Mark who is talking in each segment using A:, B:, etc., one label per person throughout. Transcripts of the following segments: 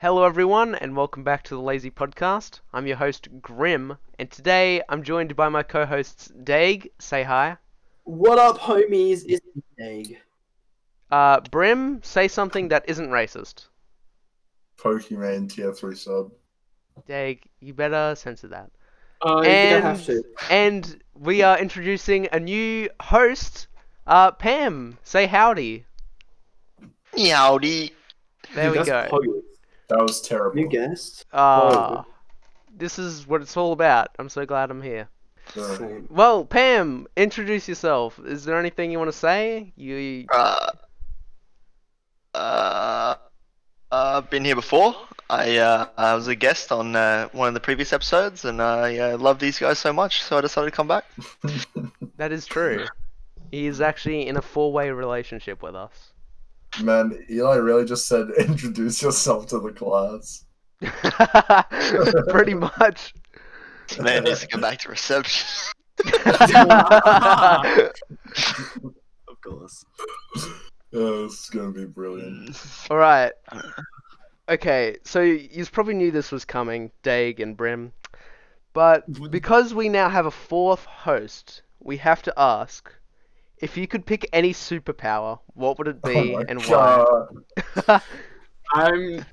A: Hello, everyone, and welcome back to the Lazy Podcast. I'm your host, Grim, and today I'm joined by my co hosts, Dag, say hi,
B: What up, homies? It's Dag.
A: uh, Brim, say something that isn't racist.
C: Pokemon tier three sub.
A: Dag, you better censor that.
B: I Oh, think I have to.
A: And we are introducing a new host, uh, Pam, say howdy.
D: Meowdy.
A: There we
B: That's
A: go.
B: Pogues.
C: That was terrible.
B: You guessed.
A: Ah, this is what it's all about. I'm so glad I'm here.
C: Uh,
B: Same.
A: Well, Pam, introduce yourself. Is there anything you want to say? You
D: Uh, uh, uh, been here before. I uh, I was a guest on uh, one of the previous episodes, and I uh, love these guys so much, so I decided to come back.
A: That is true. He is actually in a four-way relationship with us.
C: man, Eli really just said introduce yourself to the class.
A: Pretty much.
D: This man needs to go back to reception.
B: Of course.
C: Uh, this is gonna be brilliant.
A: All right. Okay, so you probably knew this was coming, Dag and Brim, but because we now have a fourth host, we have to ask if you could pick any superpower, what would it be
C: Oh my
A: and
B: Um,
C: God.
A: why?
B: I'm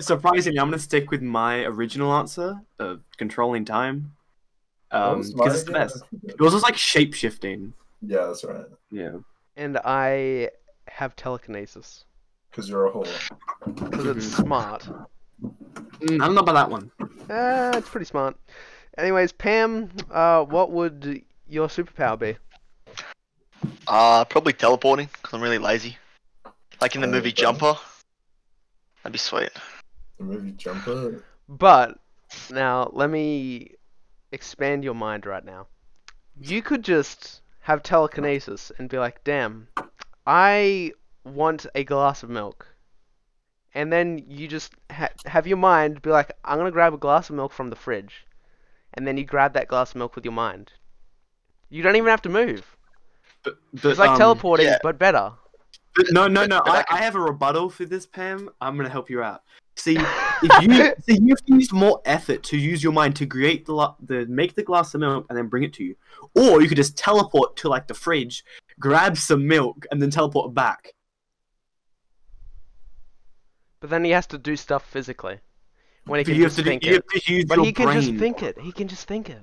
B: surprisingly, I'm gonna stick with my original answer of controlling time.
C: That
B: Um,
C: was my
B: because it's the
C: idea.
B: best. It was just like shape shifting.
C: Yeah, that's right.
B: Yeah.
A: and I have telekinesis
C: Because you're a whore.
A: because it's smart.
B: Mm, I don't know about that one.
A: Uh, it's pretty smart. Anyways, Pam, uh, what would your superpower be?
D: Uh, probably teleporting because I'm really lazy. Like in the
C: Oh,
D: movie
C: okay.
D: Jumper. That'd be sweet.
C: The movie Jumper.
A: But now let me expand your mind right now. You could just have telekinesis and be like, "Damn, I want a glass of milk." And then you just ha- have your mind be like, "I'm gonna grab a glass of milk from the fridge," and then you grab that glass of milk with your mind. You don't even have to move.
B: But, but,
A: It's like
B: um,
A: teleporting,
D: yeah.
A: but better.
B: but No, no, no.
D: But I
B: I,
D: can-
B: I have a rebuttal for this, Pam. I'm gonna help you out. See, if you see, you have to use more effort to use your mind to create the, la- the make the glass of milk and then bring it to you, or you could just teleport to like the fridge, grab some milk, and then teleport back.
A: But then he has to do stuff physically. When he
B: But
A: can
B: you have
A: just
B: to do,
A: think
B: you
A: it.
B: have to use
A: But
B: your
A: he can
B: brain.
A: just think it. He can just think it.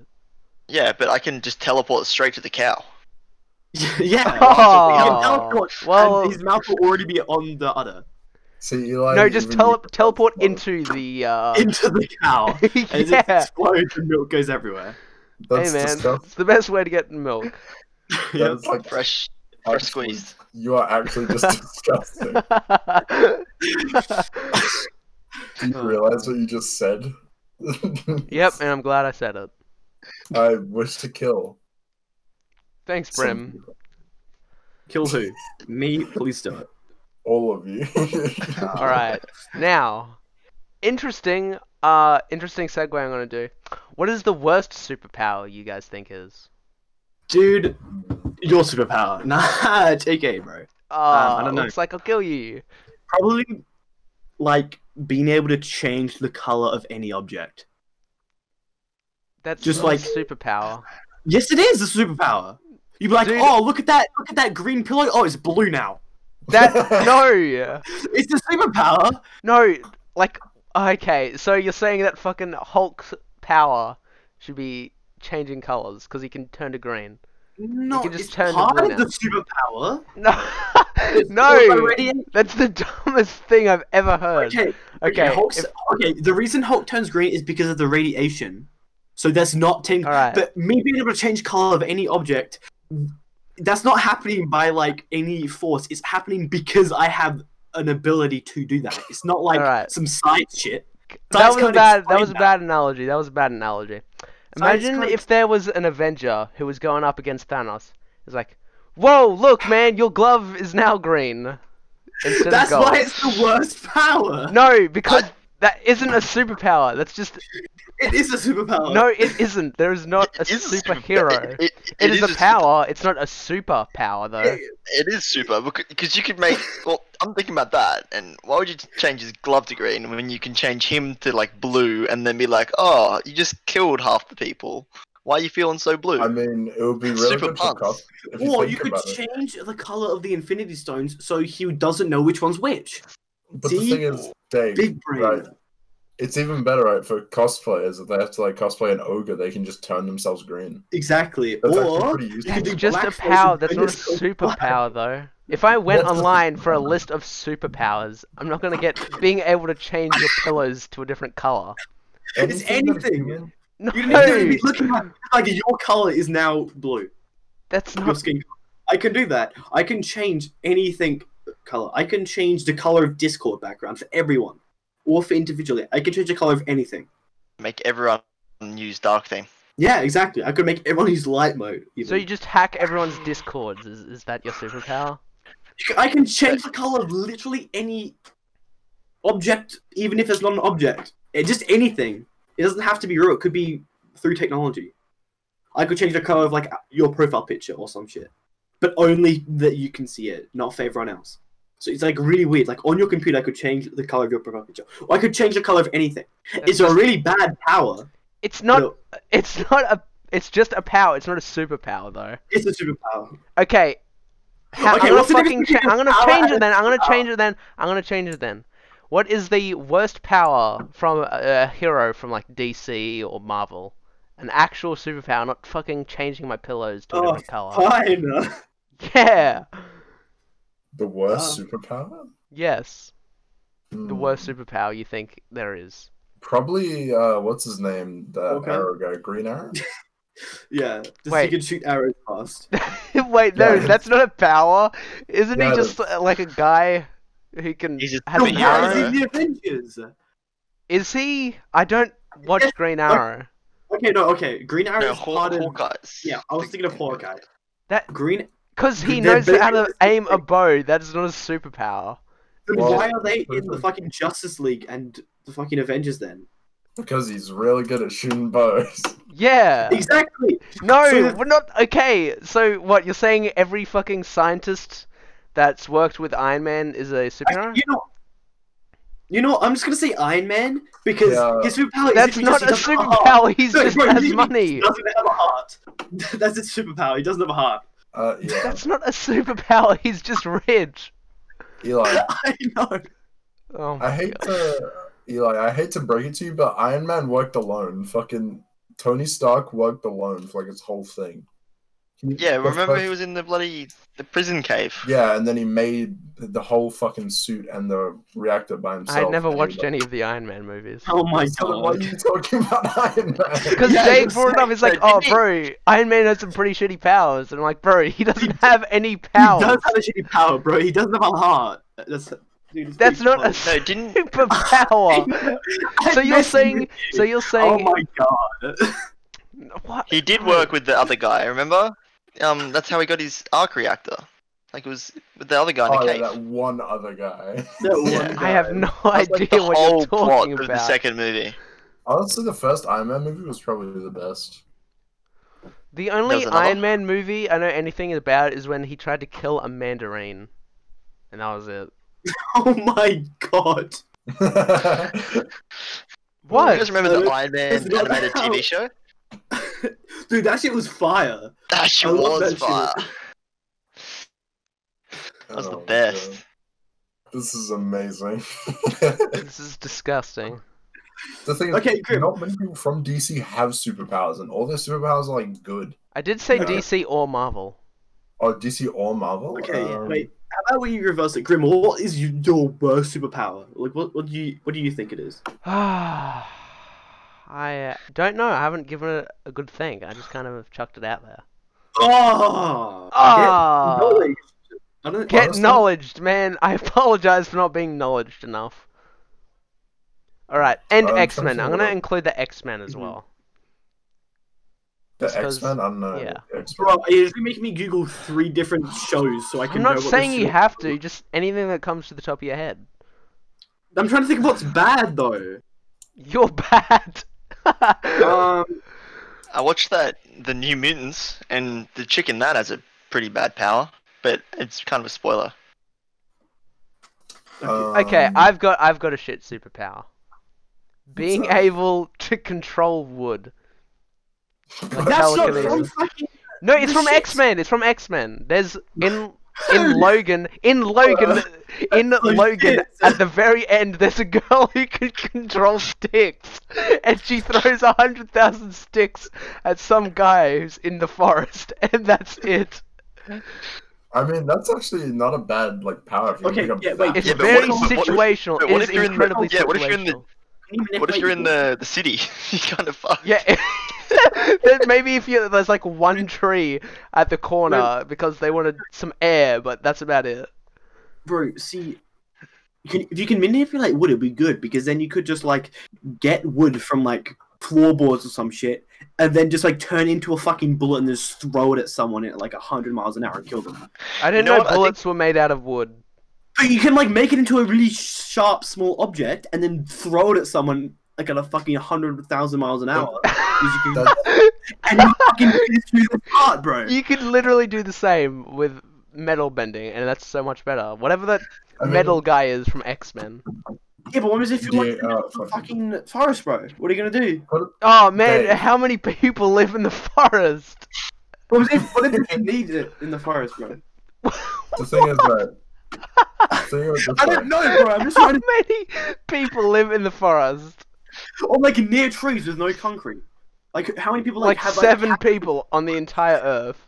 D: Yeah, but I can just teleport straight to the cow.
B: yeah.
A: Oh,
B: You can teleport,
A: well-
B: and his mouth will already be on the udder
C: See, Eli.
A: no, just
C: even- Oh,
A: tele- teleport into the. Uh...
B: into the cow. As it
A: yeah.
B: explodes, the milk goes everywhere.
A: Hey
C: That's
A: man,
C: disgusting.
A: it's the best way to get milk.
B: Yeah.
C: That's like
D: Fresh,
C: actually-
D: fresh squeezed.
C: You are actually just disgusting. Do
B: Uh,
C: you realize what you just said?
A: Oh. yep, and I'm glad I said it.
C: I wish to kill.
A: Thanks,
C: some
A: Brim.
C: people.
B: Kill who? Me? Please do it.
C: All of you.
A: All right, now, interesting. Uh, interesting segue. I'm gonna do. What is the worst superpower you guys think is?
B: Dude, your superpower. Nah, JK, bro.
A: Uh,
B: Um, I don't know.
A: Looks like I'll kill you.
B: probably like being able to change the color of any object.
A: That's
B: Just
A: not a
B: like-
A: superpower.
B: Yes, it is a superpower. You'd be like,
A: Dude.
B: oh, look at that, look at that green pillow. Oh, it's blue now.
A: That no,
B: It's a superpower.
A: no. Like okay, so you're saying that fucking Hulk's power should be changing colors because he can turn to green.
B: No,
A: can just
B: it's
A: turn the
B: part
A: blue
B: of
A: now.
B: the superpower.
A: No,
B: It's also
A: no.
B: radiant-
A: That's the dumbest thing I've ever heard.
B: Okay,
A: Okay,
B: Hulk's-
A: if-
B: okay. The reason Hulk turns green is because of the radiation. So that's not ten.
A: Alright.
B: But me being able to change color of any object, that's not happening by like any force. It's happening because I have an ability to do that. It's not like
A: Alright.
B: some science shit.
A: that
B: Science
A: was a
B: can't
A: bad. That
B: explain
A: was a bad analogy. That was a bad analogy.
B: Science
A: Imagine
B: can't-
A: if there was an Avenger who was going up against Thanos. It's like, whoa, look, man, your glove is now green instead
B: That's
A: of gold.
B: why it's the worst power.
A: No, because That isn't a superpower. That's just
B: It is a superpower.
A: no. It isn't. There is not
D: It
A: a
D: is super-
A: superhero.
D: It, it-
A: it is,
D: is
A: a power. It's not a superpower though.
D: It is super because you could make. Well, I'm thinking about that, and why would you change his glove to green when you can change him to like blue, and then be like, "Oh, you just killed half the people. Why are you feeling so blue?"
C: I mean, it would be really
D: Super
C: good for
D: puns.
C: Cuff. if
B: Or
C: think
B: you could
C: about it.
B: change the color of the Infinity Stones so he doesn't know which one's which.
C: But
B: See?
C: the thing is, Dave,
B: Big brain.
C: Right. It's even better, right, for cosplayers if they have to like cosplay an ogre, they can just turn themselves green.
B: Exactly.
C: That's actually
B: or
C: pretty useful.
B: could
A: It's
B: do
A: just a
B: black
A: power.
B: faces
A: That's
B: and
A: not a
B: just go
A: superpower though. If I went
C: That's a
A: online for a
C: superpower.
A: list of superpowers, I'm not gonna get being able to change your pillows to a different color.
B: It's
C: that's
B: anything.
C: green-
A: No,
B: you didn't even be looking like, like your color is now blue.
A: that's
B: Your
A: not.
B: skin. color. I can do that. I can change anything color. I can change the color of Discord background for everyone, or for individually. I can change the color of anything.
D: Make everyone use dark theme.
B: Yeah, exactly. I could make everyone use light mode.
A: So
B: Even.
A: you just hack everyone's discords. Is, is that your superpower?
B: I can change the color of literally any object, even if it's not an object. It, just anything. It doesn't have to be real. It could be through technology. I could change the color of like your profile picture or some shit, but only that you can see it, not for everyone else. So it's like really weird. Like on your computer, I could change the color of your profile picture, or I could change the color of anything. It's a really bad power.
A: It's not.
B: but
A: It's not a. It's just a power. It's not a superpower though.
B: It's a superpower.
A: Okay. Ha-
B: Okay,
A: I'm gonna
B: what's the
A: fucking.
B: difference
A: Cha- I'm
B: between
A: gonna
B: a power
A: change
B: and
A: it
B: a
A: then. I'm gonna
B: superpower?
A: change it then. I'm gonna change it then. What is the worst power from a, a hero from like DC or Marvel? An actual superpower, not fucking changing my pillows to a
B: Oh,
A: different color.
B: Fine.
A: Yeah.
C: The worst
B: Oh.
C: superpower?
A: Yes. The
C: Hmm.
A: worst superpower you think there is.
C: Probably, uh, what's his name? That
B: Okay.
C: arrow guy, Green Arrow?
B: yeah. Just
A: Wait.
B: you can shoot arrows past.
A: Wait, no,
C: Yeah.
A: that's not a power. Isn't
C: Yeah,
A: he
C: it
A: just uh, like a guy who can
D: He's just
A: have
D: a
A: an
D: guy,
A: arrow?
D: isn't
B: Is in the Avengers?
A: Is he? I don't watch
B: Yes,
A: Green Arrow.
B: Okay, no, okay. Green Arrow
D: No,
B: is
D: Haw-
B: part of.
D: Hawkeye's.
B: Yeah, I was thinking of Hawkeye.
A: That
B: Green.
A: because he
B: They're
A: knows how to
B: basically-
A: aim a bow. That is not a superpower.
B: Then
C: Well-
B: why are they in the fucking Justice League and the fucking Avengers then?
C: because he's really good at shooting bows.
A: Yeah.
B: Exactly.
A: No,
B: So the-
A: we're not. Okay, so what you're saying? Every fucking scientist that's worked with Iron Man is a superhero.
B: You know. You know, what, I'm just gonna say Iron Man because
C: Yeah.
B: his superpower
A: That's
B: is literally
A: not a
B: just he doesn't have heart.
A: superpower. He's
B: No,
A: just
B: bro,
A: has
B: he- He
A: money.
B: doesn't have a heart. That's his superpower. He doesn't have a heart.
C: Uh, yeah,
A: That's not a superpower. He's just rich.
C: Eli,
B: I know.
A: Oh my
C: I hate
A: God.
C: to, Eli, I hate to break it to you, but Iron Man worked alone. Fucking Tony Stark worked alone for like his whole thing. He-
D: Yeah,
C: the
D: remember he
C: first-
D: was in the bloody the prison cave.
C: Yeah, and then he made the whole fucking suit and the reactor by himself.
A: I never
C: and he
A: watched
C: was-
A: any of the Iron Man movies.
B: Oh my
C: So why are
B: god.
C: you talking about Iron Man?
A: Because
B: Yeah,
A: Jake
B: you're
A: brought it up, he's like,
D: saying
A: oh,
D: that,
A: bro, Iron Man has some pretty shitty powers. And I'm like, bro, he doesn't have any
B: He does
A: powers.
B: have a shitty power, bro. He doesn't have a heart. That's. Dude, it's
A: That's
B: big
A: not a
B: power.
D: No, didn't
A: superpower. so
B: I'm
A: you're
B: messing
A: saying,
B: with
A: so
B: you.
A: you're
B: Oh
A: saying,
B: my god.
A: what?
D: He did work with the other guy, remember? Um, that's how he got his arc reactor. Like it was with the other guy in the
C: Oh, yeah,
D: cave.
C: that one other guy.
B: That one
D: Yeah.
A: I have
B: guy.
A: no
D: That's,
A: idea
D: like, the
A: what
D: whole
A: you're
D: plot
A: talking
D: of
A: about.
D: the second movie.
C: Honestly, the first Iron Man movie was probably the best.
A: The only
D: There's another?
A: Iron Man movie I know anything about is when he tried to kill a mandarin. And that was it.
B: Oh my god.
D: Do
A: What?
D: You guys remember the
B: It's-
D: Iron
B: it's
D: Man
B: not
D: animated
B: how-
D: TV show?
B: Dude, that shit was fire.
D: That shit
B: I love
D: was
B: that
D: fire.
B: shit.
D: That was the
C: Oh my
D: best.
C: God. This is amazing.
A: This is disgusting.
C: the thing is,
B: Okay, Grim.
C: not many people from DC have superpowers, and all their superpowers are like good.
A: I did say
B: Okay.
A: DC or Marvel.
C: Oh, DC or Marvel?
B: Okay,
C: Um,
B: wait. How about when you reverse it, Grim? What is you- your worst superpower? Like, what, what do you what do you think it is?
A: I uh, don't know. I haven't given it a good thing. I just kind of chucked it out there.
B: Oh,
A: Ah.
B: get knowledge. I don't.
A: Get
C: Honestly-
A: knowledged, man. I apologize for not being knowledged enough. All right, and
C: Um,
A: X Men. I'm
C: something
A: gonna
C: about-
A: include the X Men as
B: Mhm.
A: well.
C: The
A: just 'cause-
C: X Men? I don't know.
A: yeah.
C: X-Men.
B: Bro, you're making me Google three different shows so I can.
A: I'm
B: know
A: not
B: what the
A: saying you
B: super-
A: have to. Just anything that comes to the top of your head.
B: I'm trying to think of what's bad though.
A: You're bad.
B: Um,
D: I watched that the New Mutants and the chick in that has a pretty bad power, but it's kind of a spoiler.
A: okay,
C: Um,
A: I've got I've got a shit superpower. Being
C: that?
A: able to control wood. Like
B: that's not from
A: telekinesis.
B: fucking.
A: No, it's
B: The
A: from
B: shit-
A: X Men. It's from X Men. There's in in Logan in Logan in
B: Uh, so
A: Logan
B: shit.
A: at the very end. There's a girl who can control sticks, and she throws a hundred thousand sticks at some guy who's in the forest, and that's it.
C: I mean, that's actually not a bad like power. if you
B: Okay,
C: pick up
B: yeah, wait,
C: that.
A: It's
D: Yeah, but
A: very
D: what if- what if-
A: situational.
D: but what
A: it
D: if
A: is
D: you're in the-
A: incredibly
D: yeah, what if
A: situational.
D: you're in the- What if you're in the, the city? you kind of fucked.
A: Yeah. then maybe if you there's like one tree at the corner because they wanted some air, but that's about it.
B: bro? See, you can, if you can manipulate wood, it'd be good because then you could just like get wood from like floorboards or some shit, and then just like turn into a fucking bullet and just throw it at someone at like hundred miles an hour and kill them.
A: I didn't
D: know
A: know,
D: what, I think-
A: bullets were made out of wood.
B: But you can like make it into a really sharp small object and then throw it at someone like at a fucking hundred thousand miles an hour. 'Cause you can-
C: That-
B: and you fucking pierce through the heart, bro.
A: You could literally do the same with metal bending, and that's so much better. Whatever that
C: I mean,
A: metal guy is from X Men.
B: Yeah, but what is if you're like
C: Yeah,
B: in the middle
C: uh,
B: of the fucking forest, bro? What are you gonna do?
A: Oh man,
C: Dave.
A: how many people live in the forest?
B: What was if what if you need it in the forest, bro?
C: The thing is that. the thing with this,
B: I
C: like,
B: don't know, bro. I'm just
A: How
B: trying to
A: many people live in the forest?
B: or like near trees with no concrete. Like how many people
A: Like
B: like, have
A: seven
B: like,
A: people on the entire Earth.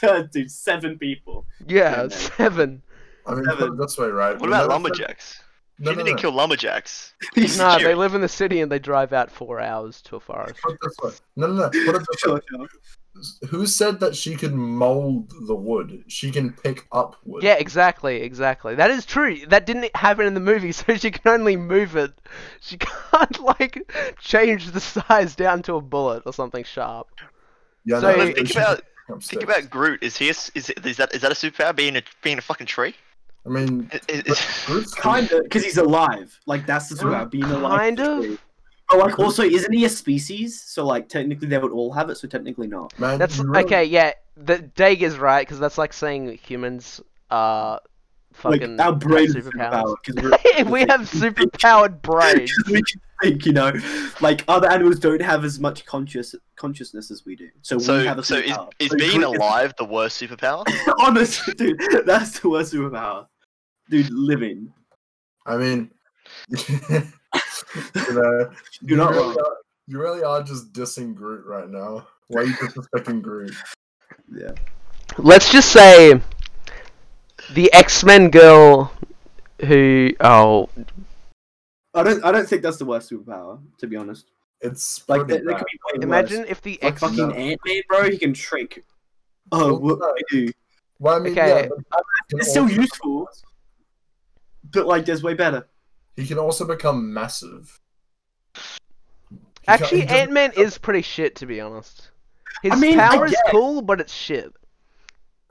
B: people? Dude, seven people.
A: Yeah,
B: man.
A: seven.
C: I mean, put it this way, right?
D: What about
C: Remember-
D: lumberjacks?
C: No,
D: you
C: no,
D: didn't
C: no.
D: kill lumberjacks.
A: Nah, they
D: Security.
A: live in the city and they drive out four hours to a forest.
C: Put it this way. No, no, no. Put it this way.
B: Sure, sure.
C: Who said that she can mold the wood? She can pick up wood.
A: Yeah, exactly, exactly. That is true. That didn't happen in the movie, so she can only move it. She can't like change the size down to a bullet or something sharp.
C: Yeah,
A: So-
C: no,
A: Well,
C: but
D: think
C: she can
D: about-
C: pick up
D: Think
C: sticks.
D: about Groot. Is he a, s- is is that is that a superpower? Being a being a fucking tree?
C: I mean,
D: Is- is-
C: Groot's
B: Kinda, because he's alive. Like that's the thing about being alive.
A: Kind
B: is
A: of.
B: true. But like also, isn't he a species? So like technically they would all have it. So technically not.
C: man,
A: That's
C: you really-
A: okay. Yeah, the Dag is right because that's like saying humans are fucking
B: like our
A: have
B: brain
A: superpowers.
B: because
A: we have superpowered brains.
B: we can think, you know, like other animals don't have as much conscious consciousness as we do. So, we have
D: so
B: a
D: so is,
B: superpower.
D: is
B: So
D: being
B: Groot is-
D: alive the worst superpower?
B: honestly, dude, that's the worst superpower. Dude, living.
C: I mean, you know, you,
B: not
C: really
B: wrong.
C: are, you really are just dissing Groot right now. Why are you disrespecting Groot?
A: Let's just say the X Men girl who oh
B: I don't. I don't think that's the worst superpower. To be honest,
C: It's
B: like there,
C: pretty
B: there
C: bad.
B: could be way
A: imagine
B: worse.
A: if the
B: like
A: X
B: fucking
C: No.
B: Ant Man, bro. He can shrink. Oh, what do I do?
C: Well, I mean,
A: Okay.
C: yeah, but he can
B: It's still
C: also-
B: useful, but like, there's way better.
C: He can also become massive. He ca- he
A: Actually,
C: doesn't-
A: Ant Man is pretty shit to be honest. His
B: I mean, I
A: power is
B: guess.
A: cool, but it's shit.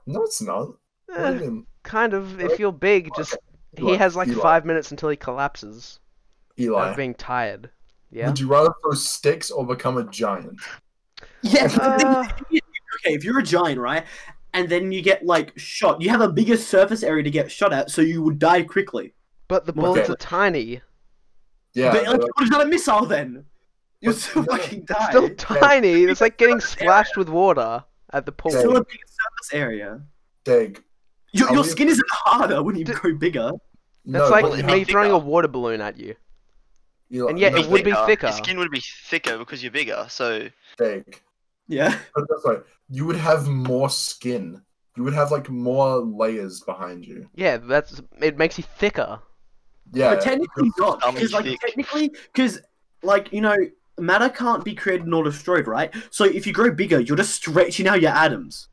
C: No, it's not. What do
A: Eh,
C: you mean?
A: kind of. If you're big, just he
C: Eli,
A: has like
C: Eli.
A: five minutes until he collapses
C: Eli.
A: of being tired. Yeah.
C: Would you rather throw sticks or become a giant?
B: Yeah. but the thing
A: Uh.
B: is, okay, if you're a giant, right, and then you get like shot, you have a bigger surface area to get shot at, so you would die quickly.
A: But the
B: Okay.
A: bullets are tiny.
C: Yeah.
B: but like,
C: but-
B: what is that a missile then? You'll
C: But
B: still
C: no,
B: fucking die.
A: Still tiny. It's like getting splashed with water at the
B: It's still
A: pool.
B: a bigger surface area.
C: Dig.
B: Your,
C: Are
B: your
C: we-
B: skin isn't harder when you
A: D-
B: grow bigger.
C: No,
A: That's
D: well,
A: like
D: it'd
A: me
D: be
A: throwing a
D: thicker.
A: water balloon at you.
C: Eli,
A: and yet
C: no,
A: it would be thicker.
D: Your skin would be thicker because you're bigger. So
C: Dig.
B: Yeah.
C: Put it this way, you would have more skin. You would have like more layers behind you.
A: Yeah, that's it makes you thicker.
C: Yeah.
B: but technically not,
D: I'm
B: because like
D: thick.
B: technically, because like you know, matter can't be created nor destroyed, right? So if you grow bigger, you're just stretching out your atoms.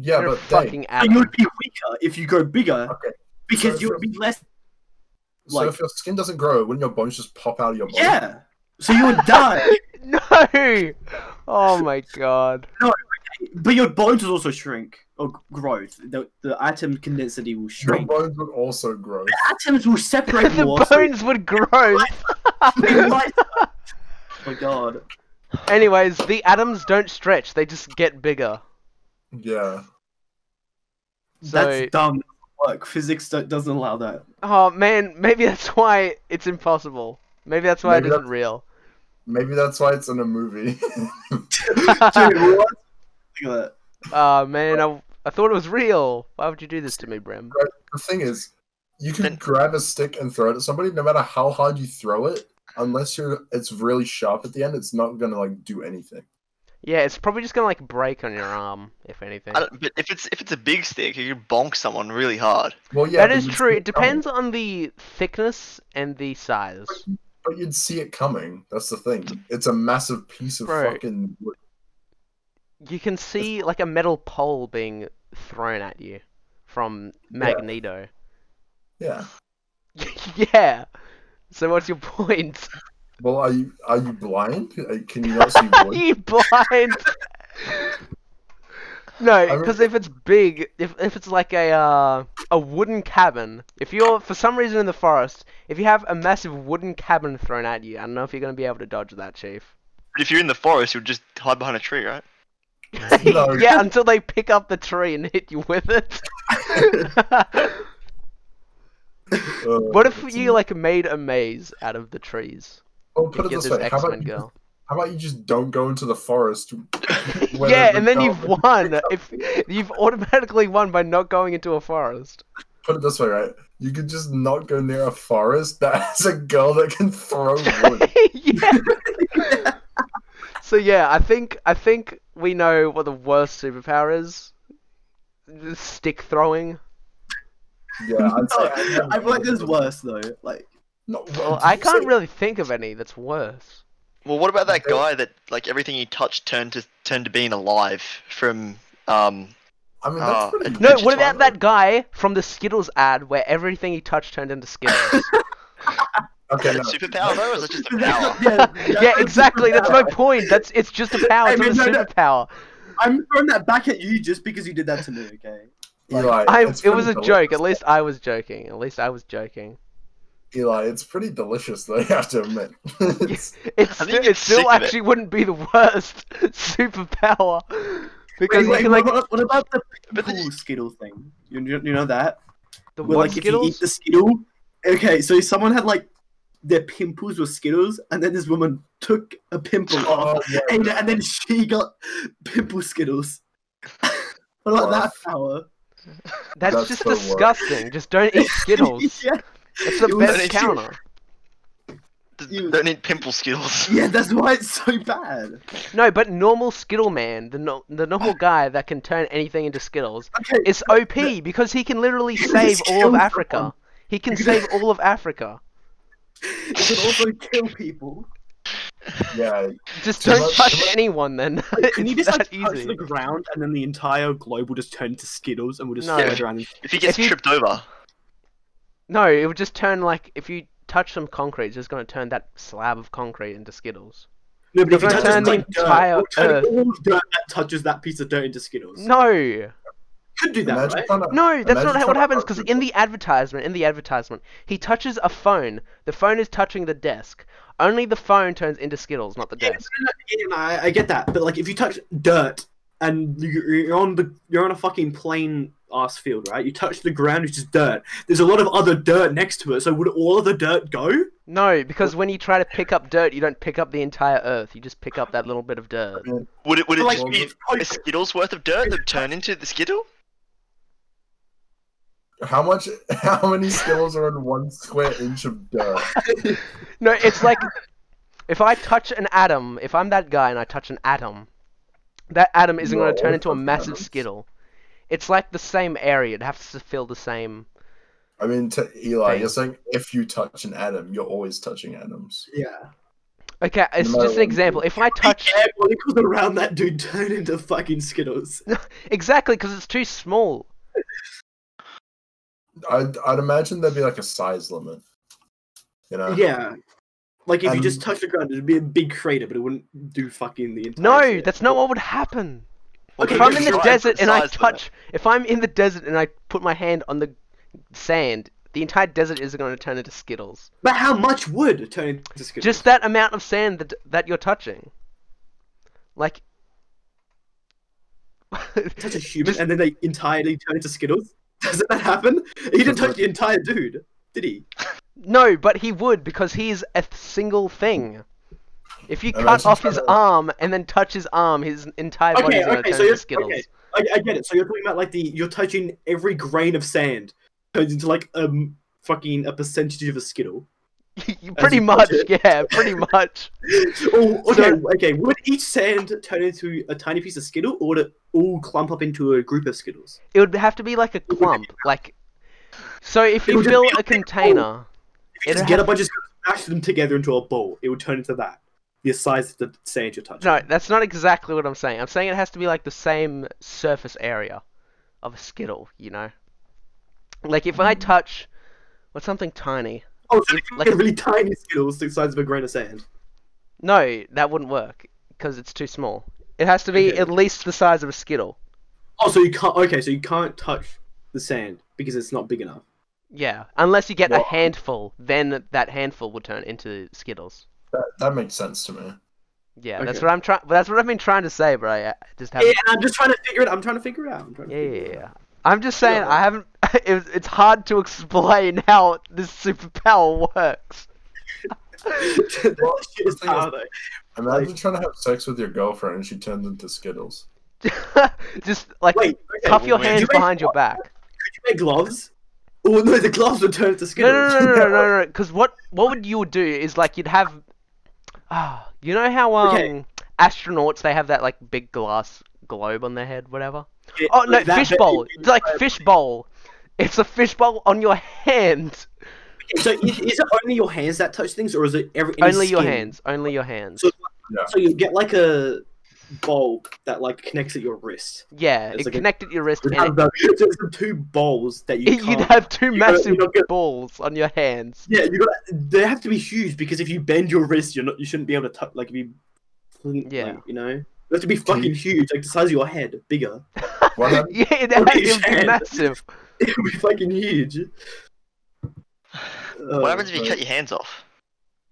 C: Yeah,
A: You're a
C: but Dave,
A: fucking
B: And
A: atom.
B: you'd be weaker if you grow bigger,
C: Okay.
B: because
C: So-
B: you'll be less.
C: so
B: like-
C: if your skin doesn't grow, wouldn't your bones just pop out of your body?
B: Yeah. So you would die.
A: No. Oh my god.
B: But your bones will also shrink or grow. The, the atom condensity will
C: Your
B: shrink.
C: bones would also grow.
B: Atoms will separate
A: the
B: more. so
A: bones would grow.
B: it might- oh my god.
A: Anyways, the atoms don't stretch; they just get bigger.
C: Yeah.
A: So-
B: That's dumb. Work. Physics do- doesn't allow that.
A: Oh man, maybe that's why it's impossible. Maybe that's why
C: Maybe
A: it isn't
C: that's-
A: real.
C: Maybe that's why it's in a movie.
B: Dude, what? Look at that.
A: Oh man, I, I thought it was real. Why would you do this to me, Brim?
C: the thing is, you can
D: Then-
C: grab a stick and throw it at somebody, no matter how hard you throw it, unless you're it's really sharp at the end, it's not gonna like do anything.
A: Yeah, it's probably just gonna like break on your arm, if anything.
D: I don't, but if it's if it's a big stick, you could bonk someone really hard.
C: Well, yeah,
A: That
C: but
A: is
C: you'd
A: true.
C: see
A: It
C: coming-
A: depends on the thickness and the size.
C: but you'd see it coming. That's the thing. It's a massive piece of
A: Bro.
C: fucking. wood.
A: You can see like a metal pole being thrown at you from Magneto.
C: Yeah.
A: yeah. So what's your point?
C: Well, are you are you blind? Like, Can you not see
A: Are
C: wood?
A: you blind? no,
C: mean-
A: because if it's big, if if it's like a uh, a wooden cabin, if you're for some reason in the forest, if you have a massive wooden cabin thrown at you, I don't know if you're gonna be able to dodge that, chief.
D: But if you're in the forest, you'll just hide behind a tree, right?
C: No.
A: yeah, until they pick up the tree and hit you with it.
C: Uh,
A: what if
C: it's
A: you like made a maze out of the trees?
C: Well, put it
A: You're
C: this
A: this
C: way: how
A: X-Men
C: about, you,
A: girl.
C: how about you just don't go into the forest? when
A: Yeah,
C: there's a
A: and then
C: dog?
A: you've won. If you've automatically won by not going into a forest.
C: put it this way, right? You could just not go near a forest that has a girl that can throw wood.
A: yeah. so yeah, I think I think we know what the worst superpower is. Stick throwing.
C: Yeah, I'd say
B: No, I feel like there's worse though. Like,
C: No,
A: Well,
C: did
A: I
C: you
A: can't
C: say-
A: really think of any that's worse.
D: Well, what about that
C: Yeah.
D: guy that like everything he touched turned to turned to being alive from um
C: I mean, that's
D: Ah.
C: pretty.
A: No,
D: Fidget
A: what about
D: toddler.
A: that guy from the Skittles ad where everything he touched turned into Skittles?
C: Okay,
D: is
C: no.
D: that superpower though, or is it just a power?
B: yeah,
A: yeah, exactly. That's my point. That's it's just a power.
B: I
A: It's
B: mean,
A: not a
B: no, no.
A: superpower.
B: I'm throwing that back at you just because you did that to me. Okay.
C: Eli,
A: I,
C: it's
A: it was a
C: pretty
A: joke. At
C: delicious.
A: least I was joking. At least I was joking.
C: Eli, it's pretty delicious though. You have to admit. It's-
A: It's
D: I think
A: sti-
D: you're
A: it
D: sick
A: still
D: of it.
A: actually wouldn't be the worst superpower because
B: Wait, wait,
A: you can like
B: what, what about the
D: But then
B: pool
D: you-
B: skittle thing? You, you you know that?
A: the
B: Where,
A: what
B: like if you eat
A: Skittles.
B: the skittle. Okay, so someone had like their pimples were skittles, and then this woman took a pimple off,
C: oh, yeah.
B: ate it, and then she got pimple skittles. what about that power?
A: That's,
C: That's
A: just
C: the worst.
A: disgusting. Just don't eat Skittles.
B: yeah,
A: It's the
B: It was-
A: best
D: Don't eat
A: counter.
B: You-
D: Don't need pimple skills.
B: yeah, that's why it's so bad.
A: No, but normal Skittle man, the no- the normal guy that can turn anything into Skittles,
B: Okay,
A: is OP because he can literally
B: You can
A: save
B: just
A: all of
B: kill
A: Africa.
B: someone.
A: He can
B: You can
A: save all of Africa.
B: it can also kill people.
C: yeah,
A: Just
C: Too
A: don't
C: much-
A: touch
C: too much-
A: anyone then.
B: Like, can
A: it's
B: you just
A: that
B: like touch
A: easy.
B: the ground, and then the entire globe will just turn to skittles, and we'll just
A: No.
B: spread around.
D: If he gets
A: If you-
D: tripped over,
A: No, it would just turn like if you touch some concrete, it's just gonna turn that slab of concrete into Skittles.
B: No, but if you
A: They're
B: touch
A: gonna turn the
B: like dirt,
A: entire
B: we'll turn
A: Earth.
B: all dirt that touches that piece of dirt into Skittles.
A: No,
B: could do that,
C: imagine
B: right?
C: trying to-
A: no, that's
C: imagine
A: not how,
C: trying
A: what
C: to
A: happens. Because
C: argue
A: in the advertisement, in the advertisement, he touches a phone. The phone is touching the desk. Only the phone turns into Skittles, not the
B: Yeah,
A: desk.
B: no, no, yeah, no, I, I get that, but like if you touch dirt and you- you're on the you're on a fucking plain ass field, right? You touch the ground, it's just dirt. There's a lot of other dirt next to it, so would all of the dirt go?
A: No, because when you try to pick up dirt, you don't pick up the entire Earth. You just pick up that little bit of dirt.
D: would it would it
B: Like,
D: just be
B: it's
D: a
B: poke-
D: skittle's worth of dirt that turn into the skittle?
C: How much? How many skills are in one square inch of dirt?
A: No, it's like if I touch an atom, if I'm that guy and I touch an atom, that atom isn't going
C: No,
A: to turn into a
C: fuck
A: massive
C: atoms.
A: skittle. It's like the same area. It has to fill the same.
C: I mean, to Eli,
A: Thing.
C: you're saying if you touch an atom, you're always touching atoms.
B: Yeah.
A: Okay, it's
C: matter
A: just an
C: what.
A: example. If I touch
B: The air molecules around that dude turn into fucking Skittles.
A: exactly because it's too small.
C: I'd, I'd imagine there'd be like a size limit. You know?
B: Yeah. Like if you
C: Um,
B: just touch the ground, it'd be a big crater, but it wouldn't do fucking the entire.
A: No,
B: shit.
A: that's not what would happen.
D: Well,
B: Okay,
A: if I'm in
D: you're
A: the
D: right,
A: desert and I
D: besides that.
A: touch, if I'm in the desert and I put my hand on the sand, the entire desert is going to turn into skittles.
B: But how much would turn into Skittles?
A: Just that amount of sand that that you're touching. Like.
B: touch a human
A: Just-
B: and then they entirely turn into Skittles? Doesn't that happen? He didn't touch the entire dude, did he?
A: no, but he would because he's a th- single thing. If you cut
C: Imagine
A: off his
C: trying to-
A: arm and then touch his arm, his entire
B: Okay,
A: body's going to
B: okay,
A: turn
B: so
A: into
B: you're-
A: skittles.
B: okay. I, I get it. So you're talking about like the you're touching every grain of sand turns into like um fucking a percentage of a Skittle.
A: You- pretty
B: you
A: much,
B: put it.
A: yeah, pretty much.
B: oh, okay,
A: So-
B: okay. Would each sand turn into a tiny piece of Skittle, or would it all clump up into a group of Skittles?
A: It would have to be like a clump, like. So if
B: It
A: you
B: would just
A: fill
B: be
A: a
B: a big
A: container,
B: If you
A: It'd
B: just get
A: have-
B: a bunch of Skittles, smash them together into a ball, it would turn into that. The size of the sand you're touching.
A: no, that's not exactly what I'm saying. I'm saying it has to be like the same surface area of a skittle, you know. Like if
B: Mm.
A: I touch, what's something tiny?
B: Oh, so you
A: like-
B: get really tiny Skittles the size of a grain of sand.
A: No, that wouldn't work because it's too small. It has to be
B: Okay.
A: at least the size of a skittle.
B: Oh, so you can't. Okay, so you can't touch the sand because it's not big enough.
A: Yeah, unless you get a
C: Well-
A: handful, then that handful would turn into skittles.
C: That, that makes sense to me.
A: Yeah, that's
B: Okay.
A: what I'm trying. That's what I've been trying to say, but I uh, just haven't.
B: Yeah, I'm just trying to figure it. I'm trying to figure it out. I'm trying to
A: Yeah,
B: figure
A: yeah,
B: It out.
A: yeah. I'm just saying,
B: Yeah.
A: I haven't. It, it's hard to explain how this superpower works.
B: that shit is
C: Well,
B: hard, though.
C: Imagine trying to have sex with your girlfriend and she turns into Skittles.
A: just like
B: Wait, okay.
A: cuff your
D: wait.
A: hands
B: You make
A: behind your back.
B: Could you make gloves? Oh no, the gloves would turn into
A: No,
B: Skittles.
A: no, no, no, no, no, no. Because what what would you do is like you'd have, ah, you know how um
B: Okay.
A: astronauts they have that like big glass globe on their head, whatever.
B: Yeah,
A: Oh no,
B: that- that-
A: fishbowl. It's like fishbowl. It's a fishbowl on your hand.
B: So is, is it only your hands that touch things, or is it every any
A: Only your
B: skin?
A: hands. Only your hands.
B: So-
C: Yeah.
B: So you get like a bulb that like connects at your wrist.
A: Yeah,
B: It's
A: it
B: like a-
A: connected your wrist.
B: So
A: And
B: it's two balls that you.
A: it,
B: Can't...
A: you'd have 2
B: gotta-
A: massive
B: you don't get-
A: balls on your hands.
B: Yeah, you got. They have to be huge because if you bend your wrist, you're not. You shouldn't be able to touch. Like if you. fling-
A: Yeah.
B: like, you know. They have to be fucking huge, like the size of your head, bigger.
C: What happened?
A: Yeah, it
B: What are you
A: would be
B: saying?
A: massive.
B: It would be fucking huge. Uh,
D: What
A: Oh,
D: happens if you
C: right.
D: cut your hands off?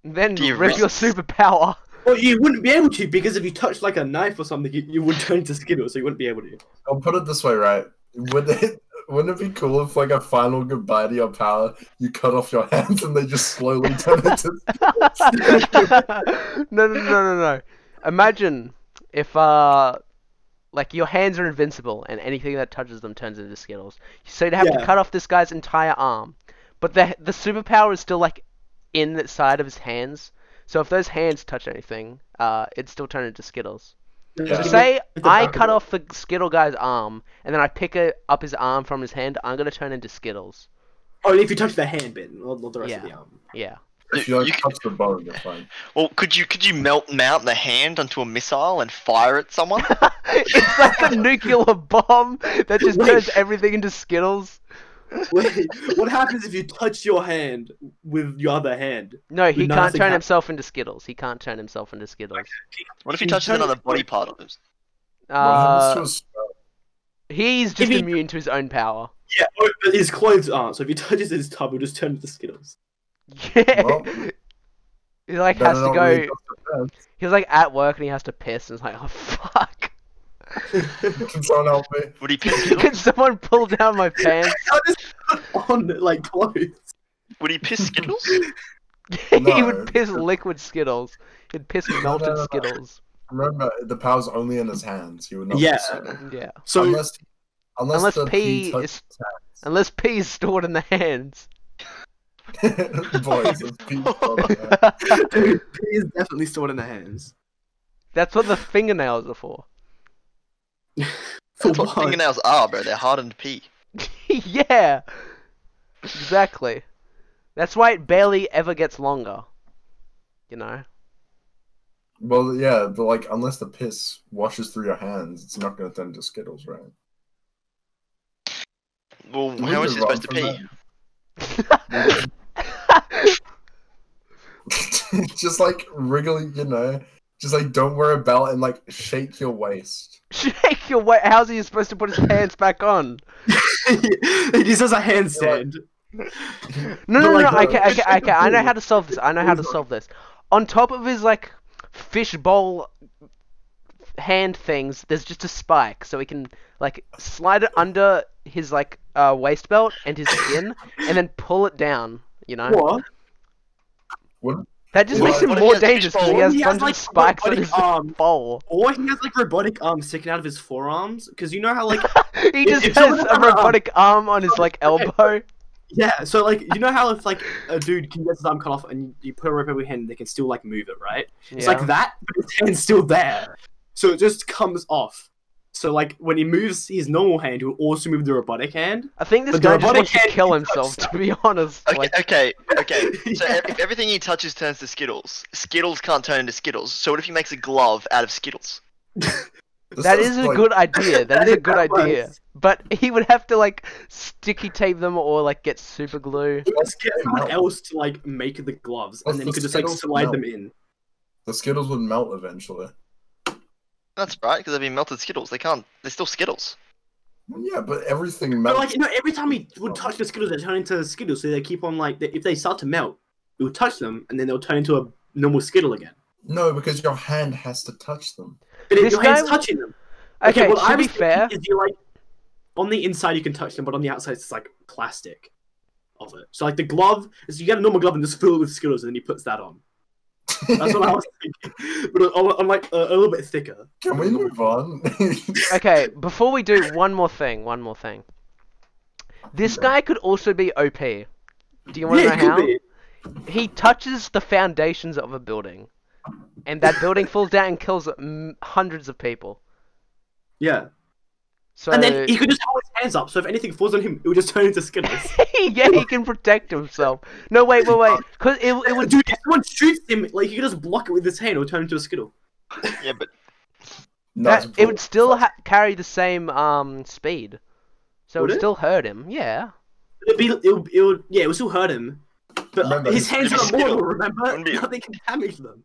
A: Then
D: Do you
A: rip your
D: risk-
A: superpower.
B: Well, you wouldn't be able to because if you touched like a knife or something, you, you would turn into Skittles, so you wouldn't be able to.
C: I'll put it this way, right? Would it wouldn't it be cool if like a final goodbye to your power, you cut off your hands and they just slowly turn into
A: no, no, no, no, no. Imagine if, uh, like, your hands are invincible and anything that touches them turns into Skittles. So you'd have to
B: Yeah.
A: cut off this guy's entire arm. But the, the superpower is still, like, in the side of his hands. So if those hands touch anything, uh, it'd still turn into Skittles.
C: Yeah.
A: So say
B: It's a
A: I
B: back
A: cut
B: of it.
A: off the Skittle guy's arm, and then I pick a, up his arm from his hand. I'm gonna turn into Skittles.
B: Only if you touch the hand bit, not, not the rest of
A: Yeah.
B: the arm.
A: Yeah.
C: if you like
D: You c-
C: touch the bone, you're fine.
D: Well, could you could you melt mount the hand onto a missile and fire at someone?
A: it's like a nuclear bomb that just
B: Wait.
A: turns everything into Skittles.
B: Wait, what happens if you touch your hand with your other hand?
A: No, he
B: No,
A: can't
B: nothing
A: turn
B: hap-
A: himself into Skittles. He can't turn himself into Skittles.
D: What if he touches
B: Don't-
D: another body part of him?
A: Uh,
C: what happens to
A: he's just
B: he-
A: immune to his own power.
B: Yeah, oh, but his clothes aren't. So if he touches his tub, he'll just turn into Skittles.
A: Yeah.
C: Well,
A: he like
C: a
A: has to
C: sperm?
A: go.
C: Better not really touch your hands.
A: He's like at work and he has to piss, and he's like, oh fuck.
C: Can someone help me?
D: Would he piss?
A: Can
D: Skittles?
A: someone pull down my pants?
B: I'll just put on like clothes.
D: Would he piss Skittles?
A: he
C: No.
A: would piss liquid Skittles. He'd piss melted
C: no, no.
A: Skittles.
C: Remember, the power's only in his hands. He would not.
B: Yeah.
C: So,
A: Yeah.
B: So
C: unless, unless,
A: Unless
C: the
A: P
C: touches
A: is unless P is stored in the hands.
C: hands. Boys, it's P touches hands.
B: dude, he is definitely stored in the hands.
A: That's what the fingernails are for.
B: For
D: That's what
B: what?
D: fingernails are, bro. They're hardened pee.
A: yeah. Exactly. That's why it barely ever gets longer. You know.
C: Well, yeah, but like, unless the piss washes through your hands, it's not going to turn into Skittles, right?
D: Well,
C: Would
D: how much
C: you
D: is he supposed to
C: run
D: pee?
C: from just like wriggle, you know, just like don't wear a belt and like shake your waist.
A: Shake your weight. How's he supposed to put his pants back on?
B: he just does a handstand.
A: No, no,
B: But,
A: no,
B: like,
A: no.
B: uh,
A: Okay, okay,
C: just like
A: okay.
C: a
A: I know
C: pool.
A: how to solve this. I know how to
C: Pool's
A: solve this. On top of his like fishbowl hand things, there's just a spike, so he can like slide it under his like uh, waist belt and his skin, and then pull it down. You know
B: What?
A: that just
C: What?
A: makes him
D: What if
A: more
D: he has
A: dangerous because he
D: fishbowl?
A: has
B: He
A: tons
B: has,
A: of
B: like,
A: spikes on
B: robotic
A: his
B: arm.
A: bowl.
B: Or he has like robotic arms sticking out of his forearms. Because you know how like
A: He just
B: if
A: has
B: someone had
A: a
B: an arm-
A: robotic arm on his like elbow.
B: yeah, so like you know how if like a dude can get his arm cut off and you put a rope over your hand, they can still like move it, right? It's
A: Yeah.
B: like that, but his hand's still there. So it just comes off. So like when he moves his normal hand, he'll also move the robotic hand.
A: I think this
B: But the
A: guy just
B: robotic
A: wants to
B: hand
A: kill
B: can touch
A: himself,
B: stuff.
A: to be honest.
D: Okay,
A: Like,
D: okay, okay. So
B: Yeah.
D: if everything he touches turns to Skittles, Skittles can't turn into Skittles. So what if he makes a glove out of Skittles?
C: This
A: that is a
C: like-
A: good idea. that
B: That
A: is a
B: is-
A: good
B: that works.
A: idea. But he would have to like sticky tape them or like get super glue.
B: Just get someone else to like make the gloves,
C: What's
B: and then
C: the
B: you could just like
C: Skittles
B: slide
C: smell?
B: them in.
C: The Skittles would melt eventually.
D: That's right, because they've been melted Skittles. They can't. They're still Skittles.
C: Well, Yeah, but everything
B: But
C: melts.
B: like you know, every time he would touch the Skittles, they turn into Skittles. So they keep on like they, if they start to melt, you'll touch them, and then they'll turn into a normal Skittle again.
C: No, because your hand has to touch them.
B: But if
A: This
B: your hand's
A: guy-
B: touching them.
A: Okay,
B: well,
A: to be
B: was thinking
A: fair,
B: Is you like on the inside you can touch them, but on the outside it's like plastic of it. So like the glove is you get a normal glove and just fill it with Skittles, and then he puts that on. That's what I was thinking, but on, on like a, a little bit thicker.
C: Can we move on?
A: okay, before we do one more thing, one more thing. This guy could also be OP. Do you want to
B: yeah, it
A: know
B: could
A: how?
B: be.
A: He touches the foundations of a building, and that building falls down and kills m- hundreds of people.
B: Yeah,
A: So
B: and then he could just hold his hands up, so if anything falls on him, it would just turn into Skittles.
A: yeah, he can protect himself. No, wait, wait, wait. Cause it, it would.
B: Dude, if someone shoots him, like you could just block it with his hand, it'll turn into a Skittle.
D: Yeah, but
C: No,
A: That,
C: it's
A: it would
C: bull-
A: still ha- carry the same um speed, so
B: Would
A: it would
B: it?
A: still hurt him. Yeah.
B: It'd be, it'll, it'll, yeah, it would still hurt him. But
C: Remember,
B: his
C: it's-
B: hands
D: it's
B: are immortal,
D: Skittle.
B: remember?
D: Wouldn't be-
B: Nothing can damage them.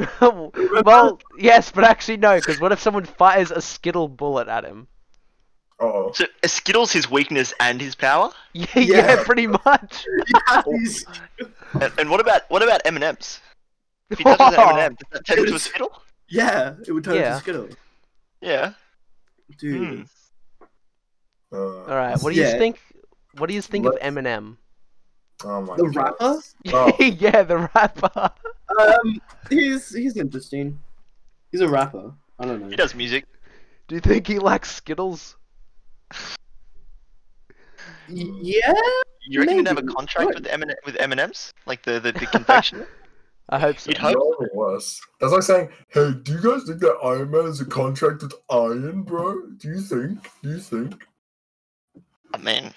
A: well, yes, but actually no, because what if someone fires a skittle bullet at him?
C: Oh,
D: so is Skittles his weakness and his power?
A: Yeah, yeah,
B: Yeah.
A: pretty much.
B: You have these-
D: And, and what about what about M and M's? If he touches an M and M, does that turn into a Skittle?
B: yeah, it would turn
A: Yeah.
B: into Skittle.
D: Yeah.
B: Dude.
D: Hmm.
C: uh,
A: All right, what do you
B: Yeah.
A: think? What do you think of
C: Let's-
A: Eminem?
C: oh my
B: The
C: god.
B: rapper?
C: Oh.
A: yeah, the rapper.
B: Um, he's, he's interesting. He's a rapper. I don't
D: He
B: know.
D: does music.
A: Do you think he likes skittles?
B: Yeah?
D: You reckon he'd have a
B: Maybe.
D: contract
B: Right.
D: with M and with M and M's, like the the, the confection?
A: I hope so.
D: You'd hope.
C: Y'all are worse. That's like saying, "Hey, do you guys think that Iron Man is a contract with Iron, bro? Do you think? Do you think?"
D: I mean,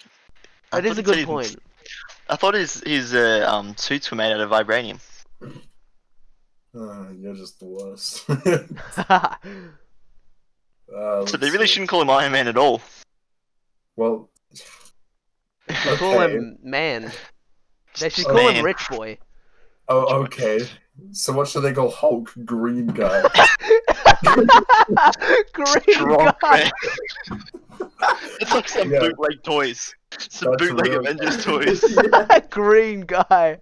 D: I
A: That is a
D: thought
A: good
D: his-
A: point.
D: I thought his his uh, um suits were made out of vibranium.
C: Uh, you're just the worst. Uh, let's
D: So they really
C: see.
D: shouldn't call him Iron Man at all.
C: Well,
A: They call
C: Okay.
A: him man. They should
D: Just
A: call him
D: man.
A: Rich Boy.
C: oh, okay. So what should they call Hulk? Green guy.
A: Green
D: Drunk
A: guy.
D: man. it's like some
C: Yeah.
D: bootleg toys. Some
C: That's
D: bootleg
C: real.
D: Avengers toys.
A: Green guy.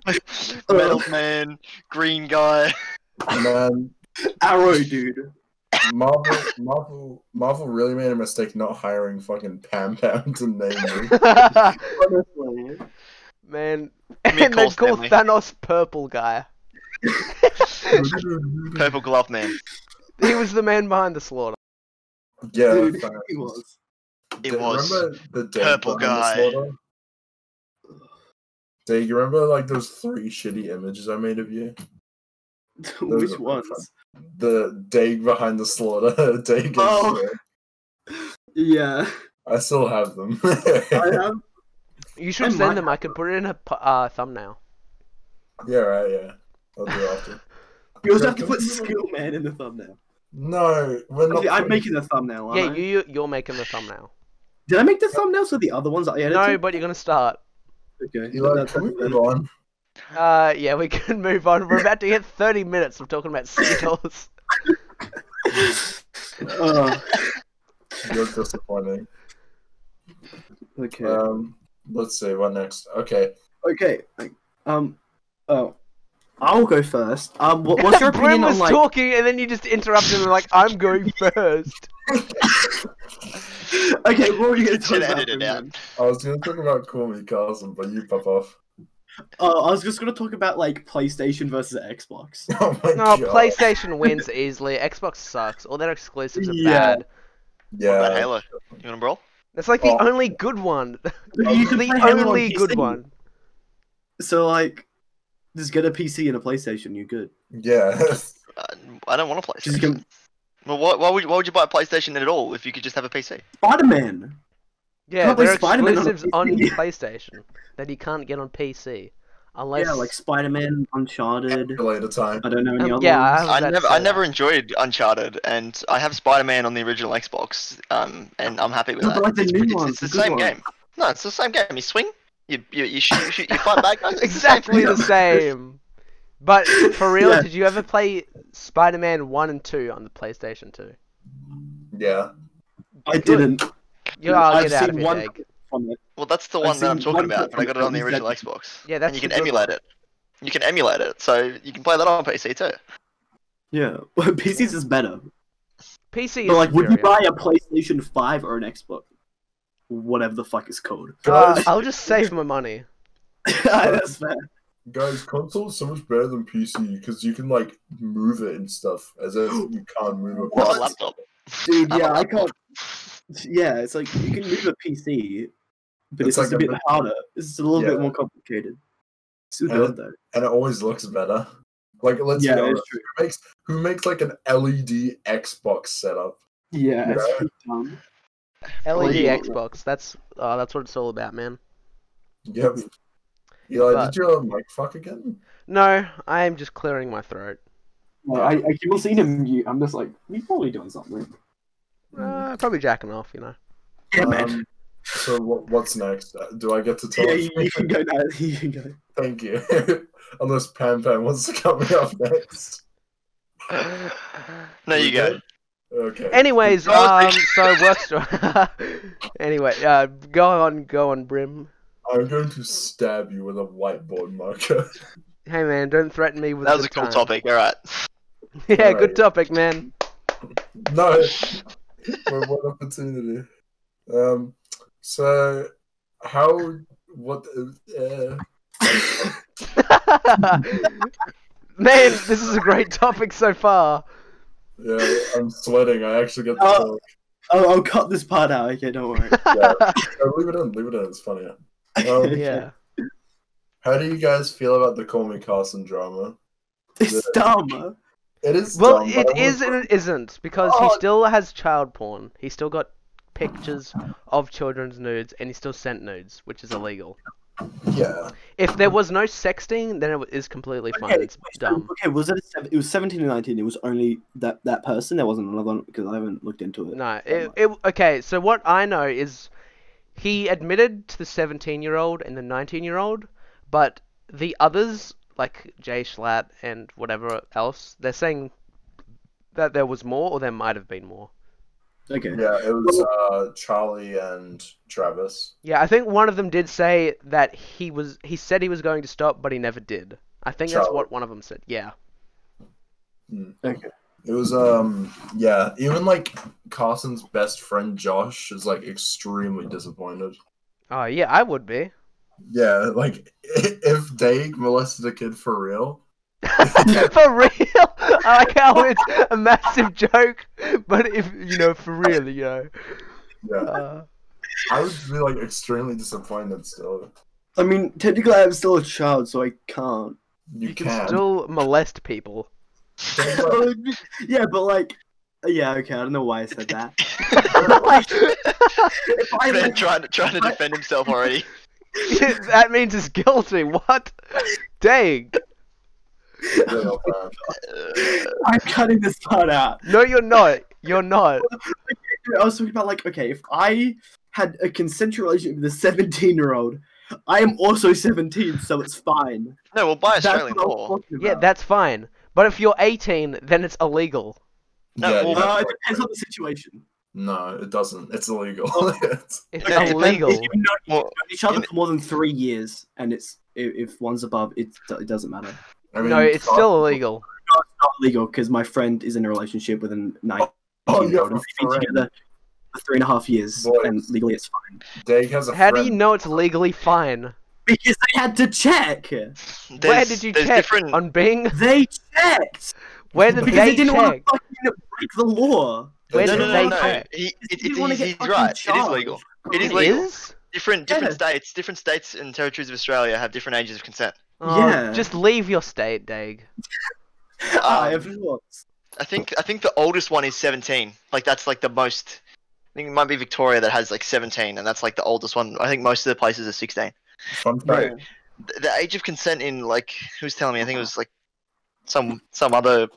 D: Metal Man, Green Guy.
C: Man,
B: Arrow, dude.
C: Marvel, Marvel, Marvel really made a mistake not hiring fucking Pam Pam to name him.
B: Honestly.
A: man.
D: Give me a
A: And then
D: call,
A: call
D: Stanley.
A: Thanos Purple Guy.
D: Purple Glove Man.
A: He was the man behind the slaughter.
C: yeah,
B: Dude,
C: thanks.
B: he was.
D: It
C: Do you
D: was.
C: remember the dead
D: Purple
C: behind the
D: guy.
C: slaughter? Dude, you remember like those three shitty images I made of you?
B: Which
C: are-
B: ones?
C: The Dag behind the slaughter, Dag. and
B: Oh.
C: shit.
B: Yeah.
C: I still have them.
B: I uh, have.
A: You should
B: I
A: send
B: might
A: them. I could put it in a pu- uh, thumbnail.
C: yeah, right. Yeah, I'll do it after.
B: You also have to put Skill Man in the thumbnail.
C: No, we're not.
B: Okay, I'm
C: putting-
B: making the thumbnail, aren't
A: Yeah,
B: I?
A: you you're making the thumbnail.
B: Did I make the thumbnails for the other ones that I edited?
A: No, but you're gonna start.
B: Okay.
C: Eli,
B: that's-
C: can we move on?
A: Uh, yeah, we can move on. We're about to hit 30 minutes of talking about seagulls.
B: Oh,
C: You're disappointing.
B: okay.
C: Um, let's see what next. Okay,
B: okay. Um. Oh, I'll go first. Um. What, what's your
A: Brim
B: opinion
A: was
B: on like?
A: talking, and then you just interrupted and like, "I'm going first.
B: okay. What were you going to talk
D: Should
B: about?
D: edit it
B: Brim,
D: out.
B: then?
C: I was gonna talk about Call Me Carson, but you pop off.
B: Oh, I was just going to talk about like PlayStation versus Xbox.
C: Oh my
A: No,
C: god.
A: PlayStation wins easily. Xbox sucks. All their exclusives are
B: Yeah.
A: bad.
D: What about
C: Yeah.
D: Halo? You wanna brawl?
A: It's like the
C: Oh.
A: only good one.
B: You can play
A: the
B: Halo on
A: only good
B: PC.
A: one.
B: So like, just get a PC and a PlayStation. You're good.
C: Yeah.
D: Uh, I don't want a
B: Just
D: PlayStation.
B: get
D: Well, why, why would why would you buy a PlayStation at all if you could just have a PC?
B: Spider Man.
A: Yeah,
B: can't play
A: there are
B: Spider-Man on
A: exclusives on,
B: PC.
A: PlayStation that you can't get on PC, unless
B: Yeah, like Spider Man, Uncharted.
C: Later time.
B: I don't know any
A: Um,
B: other
A: yeah, I
B: ones.
A: was about
D: I
A: to
D: never
A: say
D: I
A: that.
D: never enjoyed Uncharted, and I have Spider Man on the original Xbox, um, and I'm happy with
B: No,
D: that.
B: but like the
D: it's,
B: new
D: it's-
B: ones,
D: it's the
B: the good
D: same
B: ones.
D: game. No, it's the same game. You swing, you you, you shoot, you, shoot, you fight back. guys. It's the same
A: exactly the
D: thing.
A: same. But for real,
B: Yeah.
A: did you ever play Spider-Man One and Two on the PlayStation Two?
C: Yeah.
B: I didn't.
A: You are
B: I've
A: get out
B: seen
A: of here,
B: one-
A: Jake.
B: From it.
D: Well, that's the
B: I've
D: one that I'm
B: seen
D: talking
B: one
D: about,
B: clip
D: but I
B: from
D: got
B: it,
D: it on the
B: and
D: original
B: that's-
D: Xbox.
A: Yeah,
D: and
A: that's
D: you can
A: the good
D: emulate it. You can emulate it, so you can play that on PC too.
B: Yeah, well, PCs is better.
A: PC. Is
B: But like, would you
A: superior.
B: buy a PlayStation Five or an Xbox? Whatever the fuck is called.
A: Uh,
C: Guys,
A: I'll just save my money.
B: That's fair.
C: guys, console's so much better than PC because you can like move it and stuff as if you can't move it.
D: What?
B: What?
D: A laptop.
B: Dude,
D: I'm a
B: yeah, I
D: laptop.
B: can't. Yeah, it's like you can move a PC, but it's,
C: It's
B: just
C: like
B: a
C: a
B: bit
C: bit-
B: harder. It's just a little
C: Yeah.
B: bit more complicated. It's still
C: Yeah.
B: good though.
C: And it always looks better. Like let's
B: yeah,
C: go.
B: it's true.
C: Who makes like an LED Xbox setup?
B: Yeah, it's
C: Yeah.
B: pretty dumb.
D: E
A: LED
B: yeah.
A: Xbox. That's uh, that's what it's all about, man.
C: Yep. Eli,
A: But-
C: did your mic fuck again?
A: No, I am just clearing my throat.
B: No, I, I keep on seeing him mute. I'm just like, he's probably doing something. Hmm.
A: Uh, probably jacking off, you know.
B: Yeah,
C: Um, so what, what's next? Uh, Do I get to talk?
B: Yeah, you, you can go now. You can go.
C: Thank you. Unless Pam Pam wants to come up next.
D: No, you
C: We
D: go.
C: good? Okay.
A: Anyways,
D: I was
A: um, so work story. anyway, uh, go on, go on, Brim.
C: I'm going to stab you with a whiteboard marker.
A: Hey man, don't threaten me with.
D: That was a
A: good
D: cool
A: time.
D: topic. All right.
A: Yeah,
C: Alright.
A: good topic, man.
C: no, for one opportunity. Um, so how? What? Uh,
A: man, this is a great topic so far.
C: yeah, I'm sweating. I actually get the.
B: Oh. Oh, I'll cut this part out. Okay, don't worry.
C: No, Oh, leave it in. Leave it in. It's funnier. Um,
A: yeah.
C: How do you guys feel about the Call Me Carson drama?
B: It's dumb.
C: It is.
A: Well,
C: dumb, but
A: it
C: I
A: is
C: wanna-
A: and it isn't because
B: Oh.
A: he still has child porn. He still got pictures of children's nudes, and he still sent nudes, which is illegal.
C: Yeah.
A: If there was no sexting, then it is completely fine. It's dumb.
B: Okay, was it? A seven, it was seventeen and nineteen. It was only that that person. There wasn't another one because I haven't looked into it.
A: No, it, it okay. So what I know is he admitted to the 17-year-old and the 19-year-old, but the others like Jay Schlatt and whatever else, they're saying that there was more or there might have been more.
B: Okay.
C: Yeah, it was uh, Charlie and Travis.
A: Yeah, I think one of them did say that he was he said he was going to stop, but he never did. I think that's
C: Charlie.
A: what one of them said. Yeah.
C: It was um yeah, even like Carson's best friend Josh is like extremely disappointed.
A: Oh, yeah, I would be.
C: Yeah, like if Daig molested a kid for real,
A: for real? I like how it's a massive joke, but if, you know, for real, you know.
C: yeah,
A: Uh,
C: I would be like extremely disappointed still.
B: I mean, technically, I'm still a child, so I can't.
C: You,
A: you can,
C: can.
A: still molest people.
B: yeah, but like, yeah, okay. I don't know why I said that. If I,
D: Ben
B: like,
D: trying to trying to defend himself already.
A: that means he's guilty. What? Dang.
C: Yeah, uh,
B: I'm cutting this part out.
A: No, you're not. You're not.
B: I was talking about like, okay, if I had a consensual relationship with a 17 year old, I am also 17, so it's fine.
D: No, we'll buy
B: That's
D: Australian
B: what I was
D: law.
B: talking
A: Yeah,
B: about.
A: that's fine. But if you're 18, then it's illegal.
D: No,
C: yeah,
D: well,
C: you
B: No,
C: have
B: Uh, it
C: to work
B: depends on the situation.
C: No, it doesn't. It's illegal. It's-
A: It's
D: Okay, then-
A: illegal.
B: If you've known
D: Well,
B: each other
D: in-
B: for more than three years, and it's if, if one's above, it, it doesn't matter.
C: I mean,
A: No, it's
C: fuck.
A: still illegal.
B: No, it's not legal because my friend is in a relationship with a nine.
C: Oh,
B: year
C: you
B: old, and
C: have a
B: We've been
C: friend.
B: together for three and a half years,
C: Boys.
B: and legally it's fine
C: Dag has a
A: How do
C: friend.
A: you know it's legally fine?
B: because they had to check.
A: Where
D: There's-
A: did you
D: there's
A: check
D: different-
A: on Bing?
B: They checked
A: Where did
B: because
A: they
B: they didn't
A: check?
B: want to fucking break the law.
A: Where
D: no,
A: did
D: no,
A: they
D: no, no.
A: check?
D: He, it,
B: They
D: it,
B: didn't wanna
D: he's,
B: get
D: he's
B: fucking
D: right. It is
B: charged.
D: legal. It is
A: It
D: legal.
A: is?
D: Different different
B: Yeah.
D: states, different states and territories of Australia have different ages of consent.
A: Oh,
B: Yeah.
A: Just leave your state, Dag.
B: Ah,
D: Um,
B: of course.
D: I think I think the oldest one is 17. Like that's like the most. I think it might be Victoria that has like 17, and that's like the oldest one. I think most of the places are 16.
C: Fun fact.
D: Bro, the, the age of consent in like who's telling me? I think it was like some some other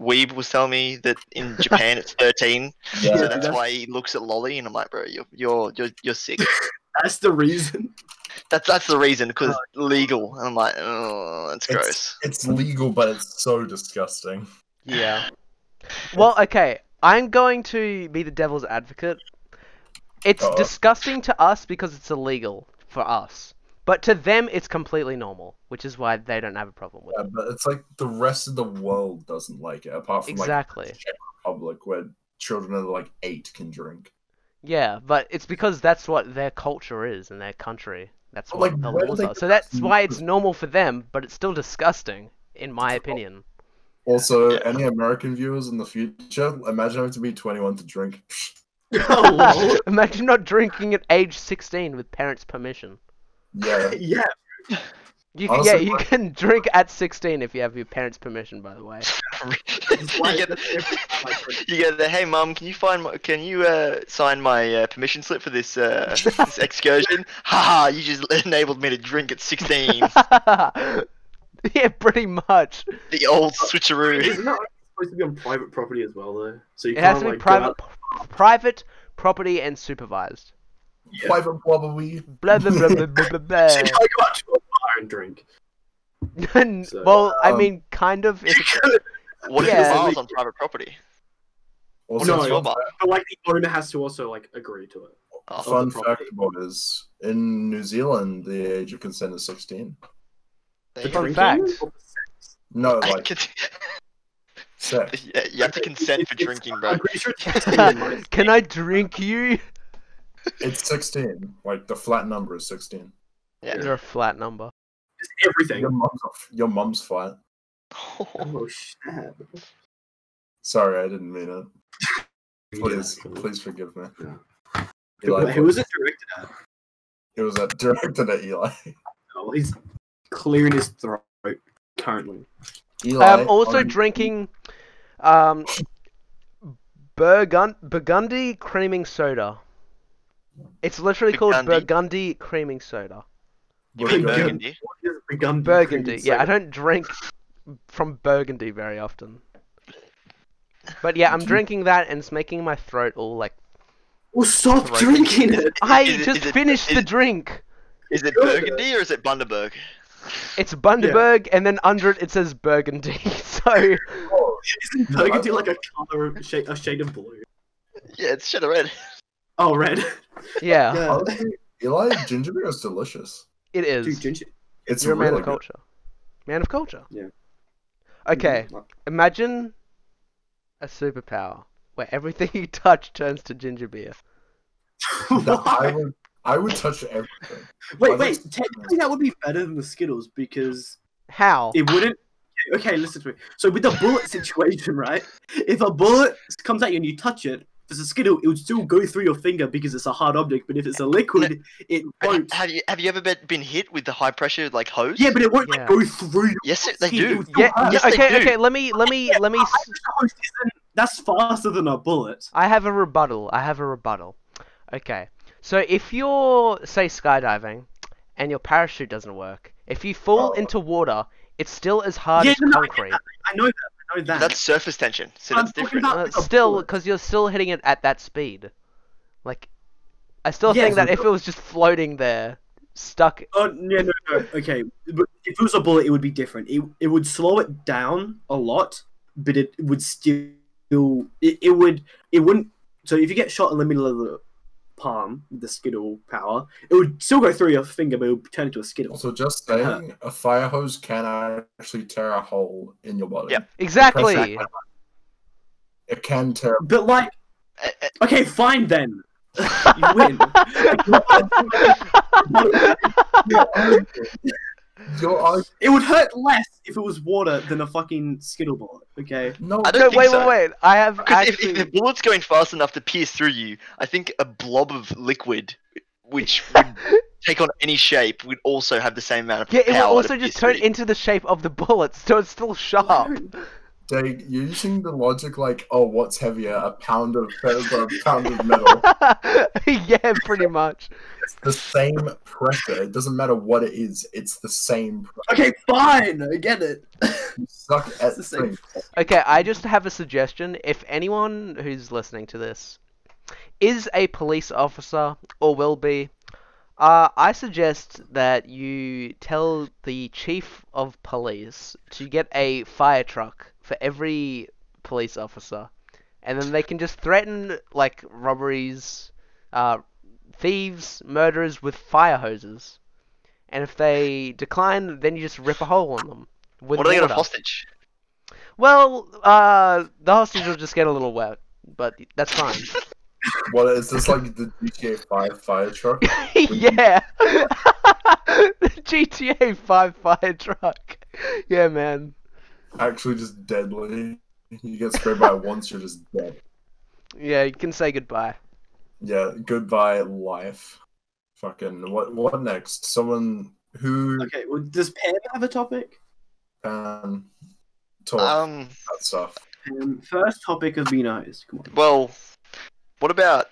D: weeb was telling me that in Japan it's 13.
C: Yeah.
D: So that's why he looks at lolly, and I'm like, bro, you're you're you're, you're sick.
B: That's the reason.
D: That's that's the reason because legal. And I'm like, oh, that's
C: It's-
D: gross.
C: It's legal, but it's so disgusting.
A: Yeah. Well, okay. I'm going to be the devil's advocate. It's
C: Uh-oh.
A: disgusting to us because it's illegal for us. But to them, it's completely normal, which is why they don't have a problem with
C: Yeah,
A: it.
C: but it's like the rest of the world doesn't like it, apart from
A: Exactly.
C: like Czech Republic, where children under like eight can drink.
A: Yeah, but it's because that's what their culture is in their country. That's
C: But,
A: what
C: like,
A: the
C: where do
A: laws
C: they
A: are.
C: get
A: So
C: that
A: that's why it's
C: from? Oh.
A: normal for them, but it's still disgusting, in my opinion.
C: Also,
D: Yeah.
C: any American viewers in the future, imagine having to be 21 to drink.
B: Oh, lol.
A: Imagine not drinking at age 16 with parents' permission.
C: Yeah,
B: yeah,
A: You can,
C: Honestly,
A: yeah, you
C: my-
A: can drink at 16 if you have your parents' permission, by the way.
D: you, get, you get the hey mum, can you find my, can you uh, sign my uh, permission slip for this, uh, this excursion? Haha, you just enabled me to drink at 16.
A: yeah, pretty much.
D: the old switcheroo.
B: Isn't that supposed to be on private property as well, though? So you
A: It
B: can't
A: has to be
B: like
A: private, private property and supervised.
B: Yeah.
C: private blubber we.
A: Blah blah blah blah blah blah.
B: Go out,
A: blah.
B: so you can't go out to a bar and drink.
A: And-
B: So,
A: well, I
C: um,
A: mean, kind of.
B: You
A: If,
B: could,
D: What if
A: Yeah.
D: the bar's on private property?
C: Also,
B: No,
D: It's your bar.
B: but like the owner has to also like agree to it.
D: Oh,
B: Oh,
C: fun
B: the
C: fact
B: property.
C: about is in New Zealand, the age of consent is 16.
D: there
A: For
D: you go.
A: drinking?
B: Drinking?
A: fact.
B: Or-
C: No,
D: I
C: like
D: could-
C: sex.
D: yeah, you have to consent for
B: It's-
D: drinking, bro.
B: I'm pretty sure it's 16, like-
A: can I drink you?
C: It's 16. Like the flat number is 16.
D: Yeah.
A: You're a flat number.
B: Just everything.
C: Your mum's, a- your mum's flat.
B: Oh shit.
C: Sorry, I didn't mean it. Please,
B: Yeah.
C: please forgive me.
B: Yeah. Wait,
C: Eli,
B: who was it directed at?
C: it was uh, directed at Eli.
B: Oh, he's clearing his throat currently.
C: Eli
A: I'm Um, also
C: on-
A: drinking um, Burgund- Burgundy creaming soda. It's literally called
D: Burgundy?
A: Burgundy creaming soda.
D: You
C: We're
D: mean
C: good.
D: burgundy?
B: Burgundy.
A: Burgundy.
B: cream
A: Yeah, I
B: soda.
A: don't drink from Burgundy very often. But yeah, I'm
C: Mhm.
A: drinking that and it's making my throat all like.
B: Well, stop
D: Throat.
B: drinking it.
A: I
D: Is it-
A: just
D: is it-
A: finished
D: is
A: the
D: it-
A: drink.
D: Is it
B: Good.
D: burgundy or is it Bundaberg?
A: It's Bundaberg, and then under it it says Burgundy. So
C: Oh,
B: Isn't burgundy like a color, of shade, a shade of blue?
D: Yeah, it's shade of red.
B: Oh, red.
A: yeah,
C: honestly, Eli ginger beer is delicious.
A: it is.
B: Dude, ginger.
C: It's
A: You're a man
C: really
A: of culture. Man of culture.
B: Yeah.
A: Okay,
B: Mhm.
A: imagine a superpower where everything you touch turns to ginger beer.
C: good. That I
B: Why?
C: would, I would touch everything.
B: Wait,
C: I
B: wait.
C: just-
B: Technically, that would be better than the Skittles because
A: How?
B: it wouldn't. Okay, listen to me. So with the bullet situation, right? If a bullet comes at you and you touch it, if it's a Skittle, it would still go through your finger because it's a hard object. But if it's a liquid, it won't.
D: Have you have you ever been, been hit with the high pressure like hose?
B: Yeah, but it won't
A: Yeah.
B: like, go through. Your
D: yes, it- they
B: skin. It
D: do.
B: would still
A: Yeah.
B: hurt.
A: no,
D: Yes, they
A: okay.
D: do.
A: Okay. Let me. Let me. Let me.
B: I
A: s-
B: suppose isn't- That's faster than a bullet.
A: I have a rebuttal. I have a rebuttal. Okay. So if you're, say, skydiving and your parachute doesn't work, if you fall
C: Oh.
A: into water, it's still as hard
B: Yeah,
A: as
B: no, no, I get
A: concrete.
B: I know that. I know that.
D: That's surface tension, so
B: I'm
D: that's
B: talking
D: different.
B: about-
A: Uh,
B: with a
A: still,
B: bullet.
A: because you're still hitting it at that speed. Like, I still
B: Yeah,
A: think that
B: so-
A: if it was just floating there, stuck.
B: Oh no, no, no. Okay, but if it was a bullet, it would be different. It it would slow it down a lot, but it would still you'll it, it would it wouldn't so if you get shot in the middle of the palm with the skittle power, it would still go through your finger but it would turn into a skittle.
C: Also, just saying, a fire hose can actually tear a hole in your body.
D: Yep.
A: Exactly.
C: It can tear.
B: But like
D: Eh, eh,
B: okay, fine then. you win.
C: Your arg-
B: it would hurt less if it was water than a fucking skittle bullet, okay?
C: no,
D: I don't
A: No,
D: think
A: wait,
D: so.
A: wait, wait. I have
D: Because if,
A: actually.
D: if the bullet's going fast enough to pierce through you, I think a blob of liquid, which would take on any shape, would also have the same amount of
A: Yeah, it
D: power.
A: will also
D: to
A: just
D: pierce
A: turn
D: through you.
A: into the shape of the bullet, so it's still sharp.
C: Jake, you're using the logic like, oh, what's heavier, a pound of a pound of metal?
A: yeah, pretty much.
C: It's the same pressure. It doesn't matter what it is. It's the same. Pressure.
B: Okay, fine, I get it.
C: You suck at
B: It's the same.
C: things.
A: Okay, I just have a suggestion. If anyone who's listening to this is a police officer or will be, uh, I suggest that you tell the chief of police to get a fire truck for every police officer, and then they can just threaten like robberies, uh, thieves, murderers with fire hoses. And if they decline, then you just rip a hole in them. With
D: What are they going
A: water.
D: to hostage?
A: Well, uh, the hostage will just get a little wet, but that's fine.
C: What is this like the GTA Five fire truck?
A: yeah, GTA Five fire truck. Yeah, man.
C: Actually, just deadly. You get sprayed by it once, you're just dead.
A: Yeah, you can say goodbye.
C: Yeah, goodbye life. Fucking what? What next? Someone who
B: Okay, well does Pam have a topic?
C: can talk
D: Um,
C: about stuff.
B: Um, first topic of being honest. Come on.
D: well, what about.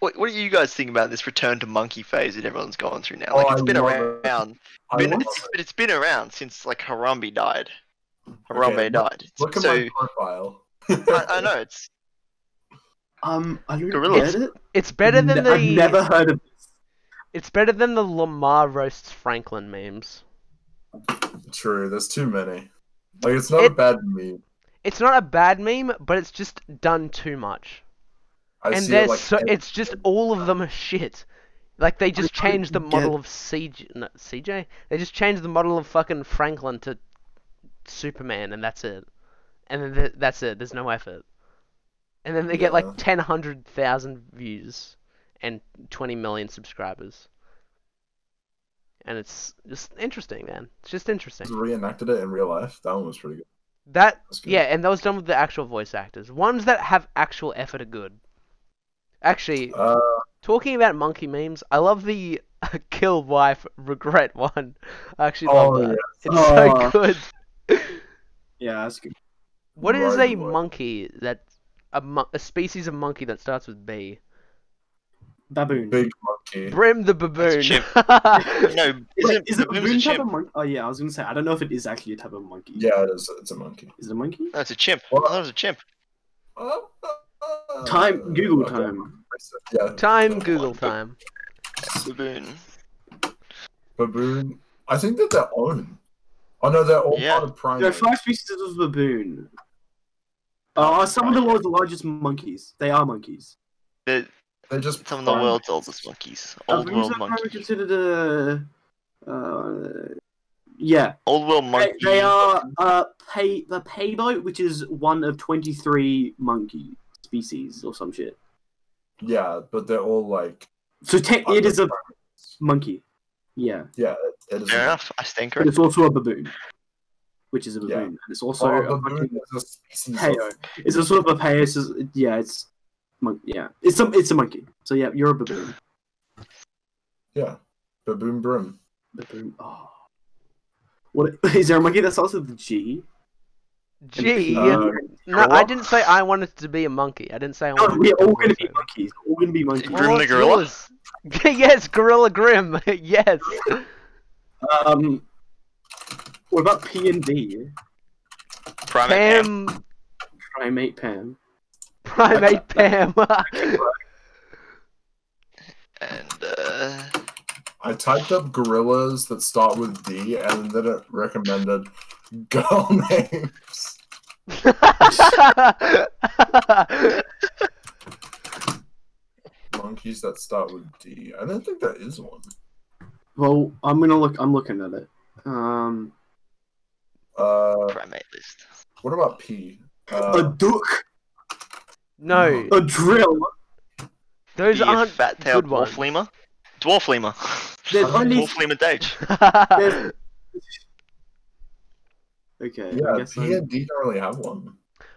D: What, what do you guys think about this return to monkey phase that everyone's going through now? Like,
C: Oh,
D: it's
C: I
D: been
C: love
D: around.
C: it. I
D: been-
C: love
D: it's,
C: it.
D: but it's been around since, like, Harambe died. Harambe
C: Okay,
D: died.
C: Look at
D: so,
C: my profile.
D: I, I know, it's.
B: Um, I don't
D: Gorillas.
B: get it.
A: It's better than
B: Ne-
A: the.
B: I've never heard of this.
A: It's better than the Lamar roasts Franklin memes.
C: True, there's too many. Like it's not a
A: It-
C: bad meme.
A: It's not a bad meme, but it's just done too much.
C: I
A: and
C: see it
A: there's
C: like
A: so it's just all of them are shit. Like they just
B: don't
A: changed the
B: get-
A: model of CJ, no, CJ. They just changed the model of fucking Franklin to Superman, and that's it. And then th- that's it. There's no effort. And then they get
C: Yeah.
A: like ten hundred thousand views and twenty million subscribers. And it's just interesting, man. It's just interesting.
C: just reenacted it in real life. That one was pretty good.
A: That
C: Mm. That's good.
A: yeah, and that was done with the actual voice actors. Ones that have actual effort are good. Actually,
C: Uh,
A: Talking about monkey memes, I love the kill wife regret one. I actually love
C: oh
A: that.
C: yeah.
A: It's so
B: Oh.
A: good.
B: Yeah, that's good.
A: What is a
C: Right, right.
A: monkey that a, mon- a species of monkey that starts with B?
B: Baboon.
C: Big monkey.
A: Brim the baboon.
D: chimp. No,
B: Is
D: isn't
B: it, is it a
D: baboon's
B: baboon
D: a
B: type
D: chimp?
B: of monkey? Oh yeah, I was gonna say I don't know if it is actually a type of monkey.
C: Yeah, it is. It's a monkey.
B: Is it a monkey?
D: No, it's a chimp.
C: Well-
D: I thought it was a chimp.
B: Time Google
C: Oh. Okay.
B: time.
C: Yeah.
A: time Google time.
D: Baboon.
C: Baboon. I think that they're own. Oh no, they're all
D: Yeah.
C: part of
B: There are
C: primates.
B: five species of baboon. Oh, some of the world's largest monkeys. They are monkeys.
D: The,
C: They're just
D: some of the
C: primates.
D: world's oldest monkeys. Old
B: Baboons
D: world
B: are probably
D: monkeys.
B: considered a. Uh, yeah,
D: Old world
B: they,
D: monkey.
B: they are uh, pay the payload, which is one of twenty-three monkey species or some shit.
C: Yeah, but they're all like.
B: So te-
C: part
B: it
C: of
B: is a
C: primate.
B: monkey. Yeah.
C: Yeah, it- it is.
D: Fair enough. I stand
B: But
D: corrected.
B: it's also a baboon, which is a baboon.
C: Yeah.
B: And it's also
C: Well,
B: a
C: baboon
B: fucking
C: is a species of
B: peo. It's a sort of a peo. It's just, yeah, it's mon- yeah, it's a it's a monkey. So yeah, you're a baboon.
C: Yeah. Baboon Brim.
B: Baboon. Oh. What is there a monkey that starts with G?
A: Gee,
B: Uh,
A: no, I didn't say I wanted to be a monkey. I didn't say I
B: no,
A: wanted. to
B: we're
A: be a
B: all gonna be
A: monkey.
B: monkeys. We're all gonna be monkeys.
D: Grim
A: Well,
D: the
A: it's
D: gorilla?
A: yours. yes, gorilla grim. yes.
B: Um, what about P and D?
D: Primate man.
A: Pam,
B: Primate Pam.
A: primate Pam.
D: And, uh,
C: I typed up gorillas that start with D and then it recommended girl names. Monkeys that start with D. I don't think that is one.
B: Well, I'm gonna look. I'm looking at it. Um,
C: Uh,
D: primate list.
C: what about P?
B: a
C: Uh,
B: duck,
A: no,
B: a drill.
A: those
D: Be a
A: aren't
D: fat-tailed
A: good
D: dwarf
A: ones.
D: lemur. Dwarf lemur.
B: There's only
D: dwarf lemur dage.
B: there's... okay. I
C: yeah,
B: guess I'm-
C: P and D don't really have one.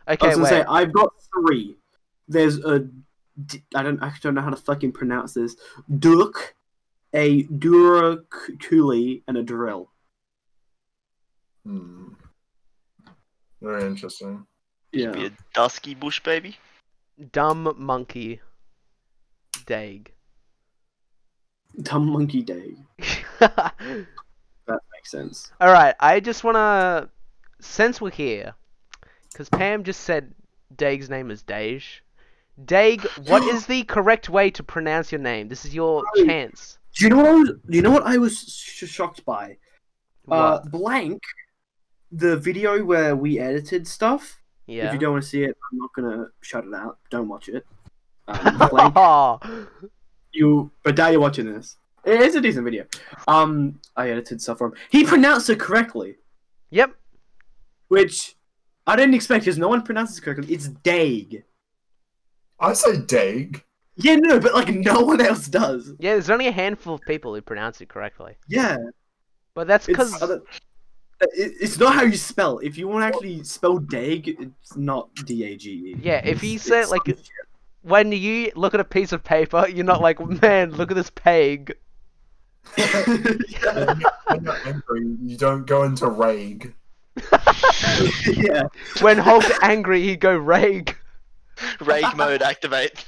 B: I
A: okay,
B: was
A: wait.
B: gonna say I've got three. There's a d- I don't I actually don't know how to fucking pronounce this. Duck, a duraculi, and a drill.
C: Hmm. Very interesting.
D: Should Be
B: Yeah.
D: a dusky bush baby.
A: Dumb monkey. Dag.
B: Dumb monkey day.
A: All
B: That makes sense.
A: right, I just wanna since we're here, because Pam just said Daig's name is Dage. Daig, what is the correct way to pronounce your name? This is your
B: Sorry.
A: chance.
B: Do you know what I was, do you know what I was sh- shocked by? Uh,
A: What?
B: blank, the video where we edited stuff. If
A: yeah.
B: you don't want to see it, I'm not gonna shut it out. Don't watch it. Um, blank, you, but now you're watching this. It is a decent video. Um, I edited stuff for him. He pronounced it correctly,
A: yep.
B: which I didn't expect because no one pronounces it correctly. It's Dag.
C: I say Dag.
B: Yeah, no, but like no one else does.
A: Yeah, there's only a handful of people who pronounce it correctly,
B: Yeah,
A: but that's
B: it's
A: because
B: other- it- it's not how you spell. If you want to actually spell Dag, it's not D A G E.
A: Yeah, if you
B: It's-
A: say it
B: it's
A: like-
B: some shit.
A: when you look at a piece of paper, you're not like, man, look at this peg.
C: when you're angry, you don't go into rag.
B: yeah,
A: When Hulk's angry, he go rag.
D: Rage mode activate.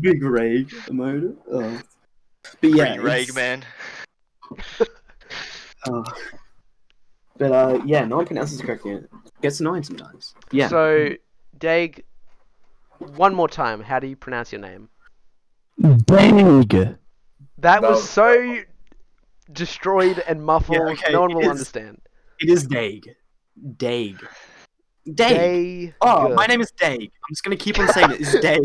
B: big rage mode. Oh. But yeah,
D: Free rage
B: it's-
D: man.
B: oh. but uh, yeah, no one pronounces it correctly. It gets annoying sometimes. Yeah,
A: So, Dag, one more time, how do you pronounce your name?
B: Dag.
A: That
C: That
A: was
C: was
A: so destroyed and muffled,
B: Yeah, okay,
A: no one
B: it
A: will
B: is
A: understand.
B: It is Dag. Dag. Dag.
A: Day.
B: Oh, my name is Dag. I'm just gonna keep on saying it. It's Dag.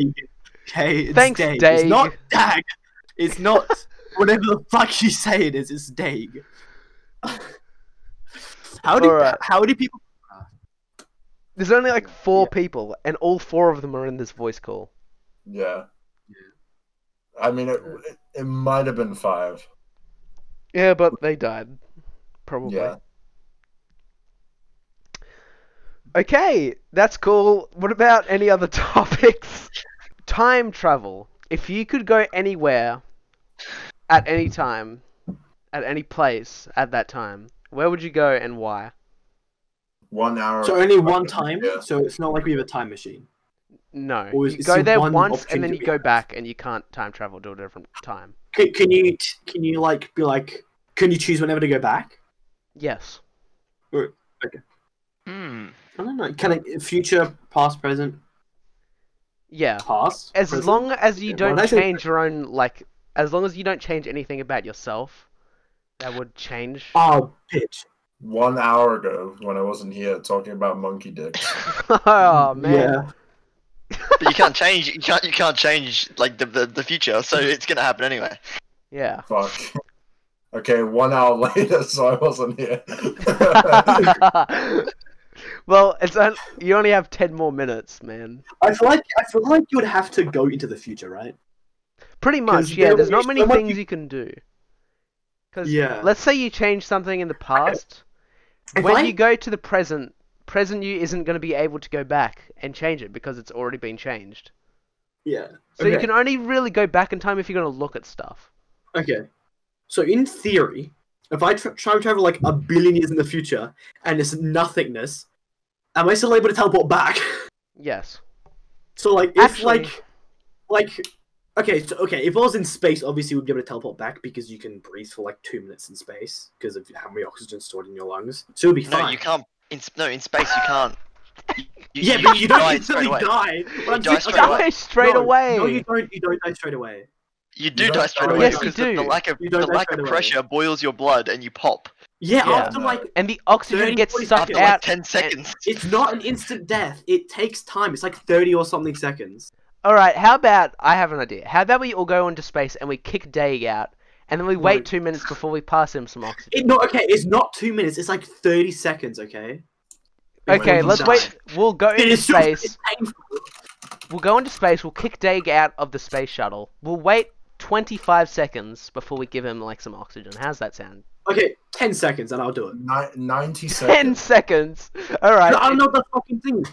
B: Okay, it's
A: Thanks,
B: Dag.
A: Dag.
B: It's not Dag. It's not whatever the fuck you say it is. It's Dag. how do
A: Alright.
B: how do people?
A: There's only like four
B: Yeah.
A: people, and all four of them are in this voice call.
C: Yeah. I mean, it, it, it might have been five.
A: Yeah, but they died. Probably.
C: Yeah.
A: Okay, that's cool. What about any other topics? time travel. If you could go anywhere at any time, at any place at that time, where would you go and why?
C: One hour.
B: So only one time.
C: Yeah.
B: So it's not like we have a time machine.
A: No.
B: Or is
A: You
B: it
A: go
B: still
A: there
B: one
A: once
B: option
A: and then
B: to
A: you
B: be
A: go
B: asked?
A: back and you can't time travel to a different time.
B: Can, can you t- can you like be like? Can you choose whenever to go back?
A: Yes.
D: Hmm.
B: I don't know. Can I future, past, present,
A: Yeah.
B: past?
A: As
B: present?
A: long as you
B: Yeah,
A: don't
B: well, that's a-
A: change your own like as long as you don't change anything about yourself that would change.
B: Oh, bitch.
C: One hour ago, when I wasn't here talking about monkey dicks.
A: oh man.
B: Yeah.
D: But you can't change. You can't. You can't change like the the, the future. So it's gonna happen anyway.
A: Yeah.
C: Fuck. Okay, one hour later, so I wasn't here.
A: well, it's on you only have 10 more minutes, man.
B: I feel like I feel like you would have to go into the future, right?
A: Pretty much,
B: 'Cause
A: yeah.
B: there
A: There's
B: will
A: not
B: be
A: many
B: so much
A: things
B: you-
A: you can do. Cuz
B: Yeah.
A: let's say you change something in the past,
B: If
A: when
B: I-
A: you go to the present, present you isn't going to be able to go back and change it because it's already been changed.
B: Yeah.
A: So you
B: Okay.
A: can only really go back in time if you're going to look at stuff.
B: Okay. So in theory, if I tr- try and travel like a billion years in the future and it's nothingness, am I still able to teleport back?
A: Yes.
B: so like if
A: Actually-
B: like like okay, so okay, if I was in space, obviously we'd be able to teleport back because you can breathe for like two minutes in space because of how many oxygen stored in your lungs. So it'd be
D: No,
B: fine.
D: you can't. In, s- no, in space you can't. You-
B: yeah, but you don't
D: die
B: instantly
D: straight away.
B: die. But I'm
D: die
B: saying-
D: straight
B: okay,
D: away.
A: Die straight
B: no,
A: away.
B: No, you don't. You don't die straight away.
D: You do
C: You
D: die
C: don't
D: straight
C: die
D: away
A: straight
D: because
A: away.
D: the, the lack of
B: You
D: the
B: don't die
D: lack
B: straight
D: of
B: away.
D: pressure boils your blood and you pop.
B: Yeah,
A: Yeah.
B: after like
A: and the oxygen
B: 30,
A: gets
B: 40
A: sucked
D: After
A: out.
D: like ten seconds.
B: it's not an instant death. It takes time. It's like thirty or something seconds.
A: All right, how about I have an idea. How about we all go into space and we kick Day out, and then we wait
B: No.
A: two minutes before we pass him some oxygen.
B: It not okay. It's not two minutes. It's like thirty seconds. Okay.
A: Okay,
B: Wait,
A: let's
B: die.
A: wait. We'll go
B: It
A: into
B: is so- it's
A: space.
B: painful.
A: We'll go into space. We'll kick Dag out of the space shuttle. We'll wait 25 seconds before we give him like some oxygen. How's that sound?
B: Okay, ten seconds, and I'll do it.
C: Ni- 90
A: 10
C: seconds.
A: seconds. All right.
B: I don't know the fucking thing.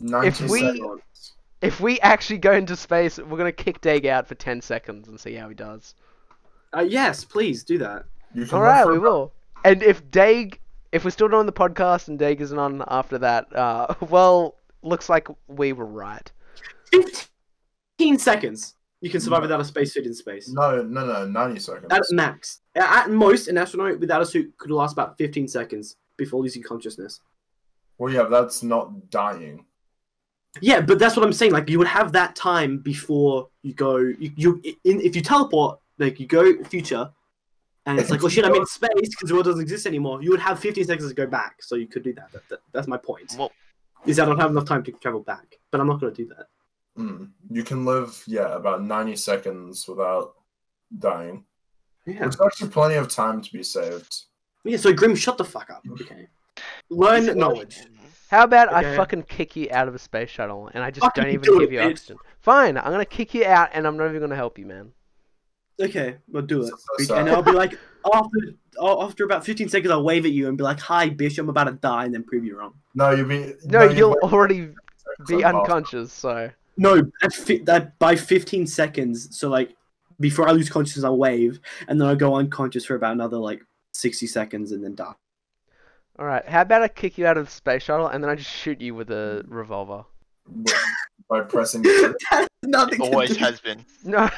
C: 90
A: If we-
C: seconds.
A: If we actually go into space, we're gonna kick Dag out for 10 seconds and see how he does.
B: Uh, yes, please do that.
C: You can
A: All
C: look
A: right,
C: for
A: we
C: about
A: will. And if Dag, if we're still doing the podcast and Dag isn't on after that, uh, well, looks like we were right.
B: Fifteen seconds. You can survive without a spacesuit in space.
C: No, no, no, 90 seconds.
B: At max. At most, an astronaut without a suit could last about 15 seconds before losing consciousness.
C: Well, yeah, that's not dying.
B: Yeah, but that's what I'm saying. Like, you would have that time before you go. You, you in, if you teleport, like you go future, and it's like, oh shit, I'm in space because the world doesn't exist anymore. You would have 15 seconds to go back, so you could do that. That- that- that's my point.
D: Well-
B: Is I don't have enough time to travel back, but I'm not gonna do that.
C: Mm. You can live, yeah, about 90 seconds without dying.
B: Yeah.
C: It's actually plenty of time to be saved.
B: Yeah. So Grim, shut the fuck up. Okay. Learn knowledge.
A: How about I
B: Okay.
A: fucking kick you out of a space shuttle and I just
B: Fucking
A: don't even
B: do it,
A: give you
B: bitch.
A: oxygen? Fine, I'm gonna kick you out and I'm not even gonna help you, man.
B: Okay, I'll do it.
C: So- so sad.
B: and I'll be like, after I'll- after about 15 seconds, I'll wave at you and be like, "Hi, bitch, I'm about to die," and then prove you wrong.
C: No, you'll be.
A: No,
C: you
A: you'll
C: wait
A: already be
C: seconds after.
A: unconscious, so.
B: No, that, fi- that by 15 seconds. So like, before I lose consciousness, I'll wave, and then I'll go unconscious for about another like 60 seconds, and then die.
A: Alright, how about I kick you out of the space shuttle and then I just shoot you with a revolver?
C: By pressing.
B: Nothing.
D: It always has been.
A: No!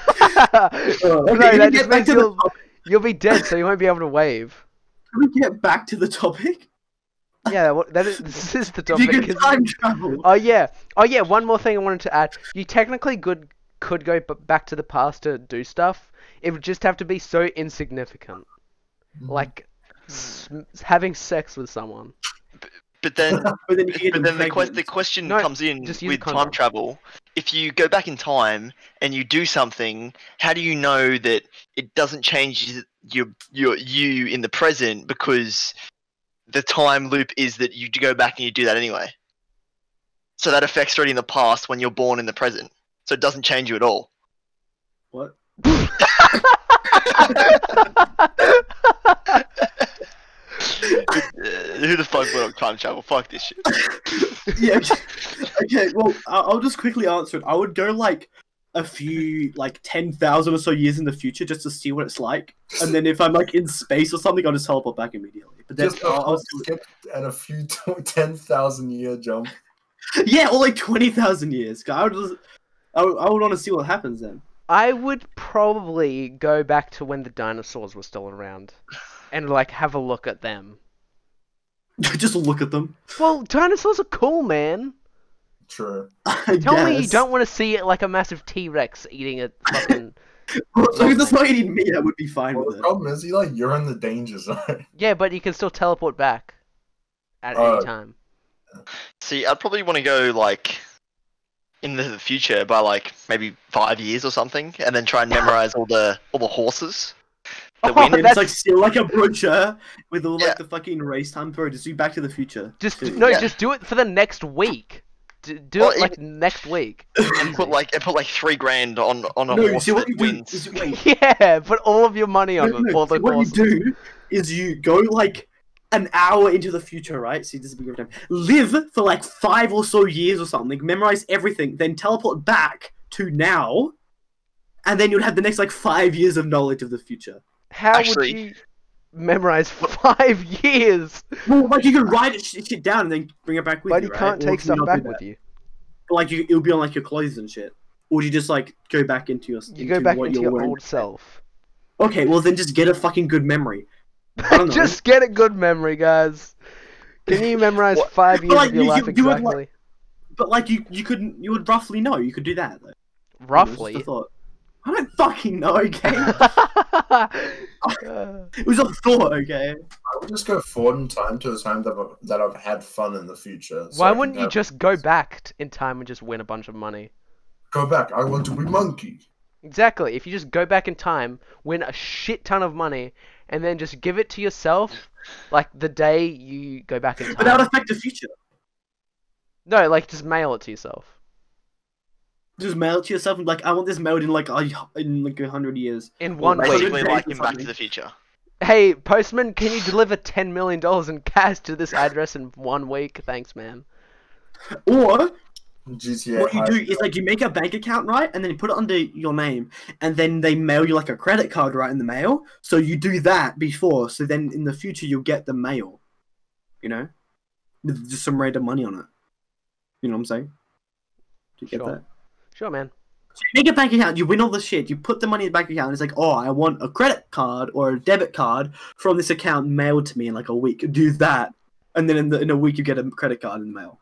B: Oh,
A: no,
B: okay, can
A: that
B: we get
A: just
B: back
A: makes
B: to the
A: you.
B: top-
A: You'll be dead, so you won't be able to wave.
B: Can we get back to the topic?
A: Yeah, that wa- that is, this is the
B: If you
A: topic.
B: could
A: isn't it?
B: time travel.
A: Oh yeah. Oh yeah. One more thing I wanted to add. You technically could could go b- back to the past to do stuff. It would just have to be so insignificant, like s- having sex with someone.
D: But then,
B: But then, you could get
D: but then the, quest,
B: pregnant.
D: the question
A: No,
D: comes in
A: just use
D: with
A: condom.
D: time travel. If you go back in time and you do something, how do you know that it doesn't change your your you in the present because the time loop is that you go back and you do that anyway. So that affects already in the past when you're born in the present. So it doesn't change you at all.
B: What?
D: Uh, who the fuck went on time travel? Fuck this shit.
B: yeah. Okay. okay, Well, I- I'll just quickly answer it. I would go like a few, like ten thousand or so years in the future, just to see what it's like. And then if I'm like in space or something, I'll just teleport back immediately. But then
C: Just a
B: I'll, I'll
C: hop, skip and a few t- 10,000 year jump.
B: yeah, or like twenty thousand years. 'Cause I would just, I would, I would want to see what happens then.
A: I would probably go back to when the dinosaurs were still around, and like have a look at them.
B: just look at them.
A: Well, dinosaurs are cool, man.
C: True.
B: I
A: Tell me you
B: guess.
A: don't want to see like a massive T Rex eating a fucking.
B: As long as it's not eating me, I would be fine
C: Well,
B: with
C: the
B: it.
C: problem is, you like you're in the danger zone.
A: yeah, but you can still teleport back at
C: Uh,
A: any time.
D: See, I'd probably want to go like in the future by like maybe five years or something, and then try and memorize all the all the horses. The
A: Oh,
D: wind.
B: And
A: that's-
B: it's like still like a brochure with all like
D: Yeah.
B: the fucking race time, bro. Just do Back to the Future.
A: Just
B: too.
A: no,
D: Yeah.
A: just do it for the next week. Do, do
D: Well,
A: it like next week.
D: and
A: Mm-hmm.
D: put like and put like three grand on on a
B: No,
D: horse
B: see what
D: that
B: you do
D: wins.
B: is you- wait,
A: yeah, put all of your money on
B: No,
A: it.
B: no,
A: all the
B: see, what
A: horses.
B: you do is you go like an hour into the future, right? See, this is a big of time. Live for like five or so years or something, memorize everything, then teleport back to now, and then you'd have the next like five years of knowledge of the future.
A: How
D: Actually-
A: would you memorize five years?
B: Well, like you could write it shit shit down and then bring it back with
A: But
B: you.
A: you can't
B: right? Or
A: take
B: can you
A: stuff
B: not do
A: back
B: that?
A: with you.
B: But, Like you, it'll be on like your clothes and shit. Or would you just like go back into your
A: You go back
B: what
A: into
B: you're
A: your
B: wearing?
A: old self.
B: Okay, well then just get a fucking good memory. I don't know.
A: Just get a good memory, guys. Can you memorize
D: What-
A: five years
B: like,
A: of your
B: you-
A: life
B: you- you would, like,
A: exactly?
B: But like you, you couldn't. You would roughly know. You could do that. Though. You know, it's just a
A: Roughly.
B: thought. I don't fucking know, okay?
A: Uh,
B: It was a thought, okay?
C: I would just go forward in time to a time that I've, that I've had fun in the future. so I
A: Why
C: can
A: wouldn't you
C: have-
A: just go back t- in time and just win a bunch of money?
C: go back? I want to be monkey.
A: Exactly. If you just go back in time, win a shit ton of money, and then just give it to yourself, like the day you go back in time.
B: But that would affect the future.
A: No, like just mail it to yourself.
B: Just mail it to yourself and be like, I want this mailed in like a, in like a hundred years.
A: In
B: Well,
A: one
B: Wait,
A: week.
D: Basically,
B: wait,
D: like in Back to
B: something.
D: the Future.
A: Hey, postman, can you deliver ten million dollars in cash to this address in one week? Thanks, man.
B: Or
C: GTA.
B: what you
C: high-
B: do is like you make a bank account, right, and then you put it under your name, and then they mail you like a credit card, right, in the mail. So you do that before, so then in the future you'll get the mail, you know, with just some random money on it. You know what I'm saying? Do you get
A: Sure.
B: that?
A: Sure, man.
B: So you make a bank account, you win all the shit, you put the money in the bank account, and it's like, oh, I want a credit card or a debit card from this account mailed to me in like a week. Do that, and then in, the, in a week you get a credit card in the mail.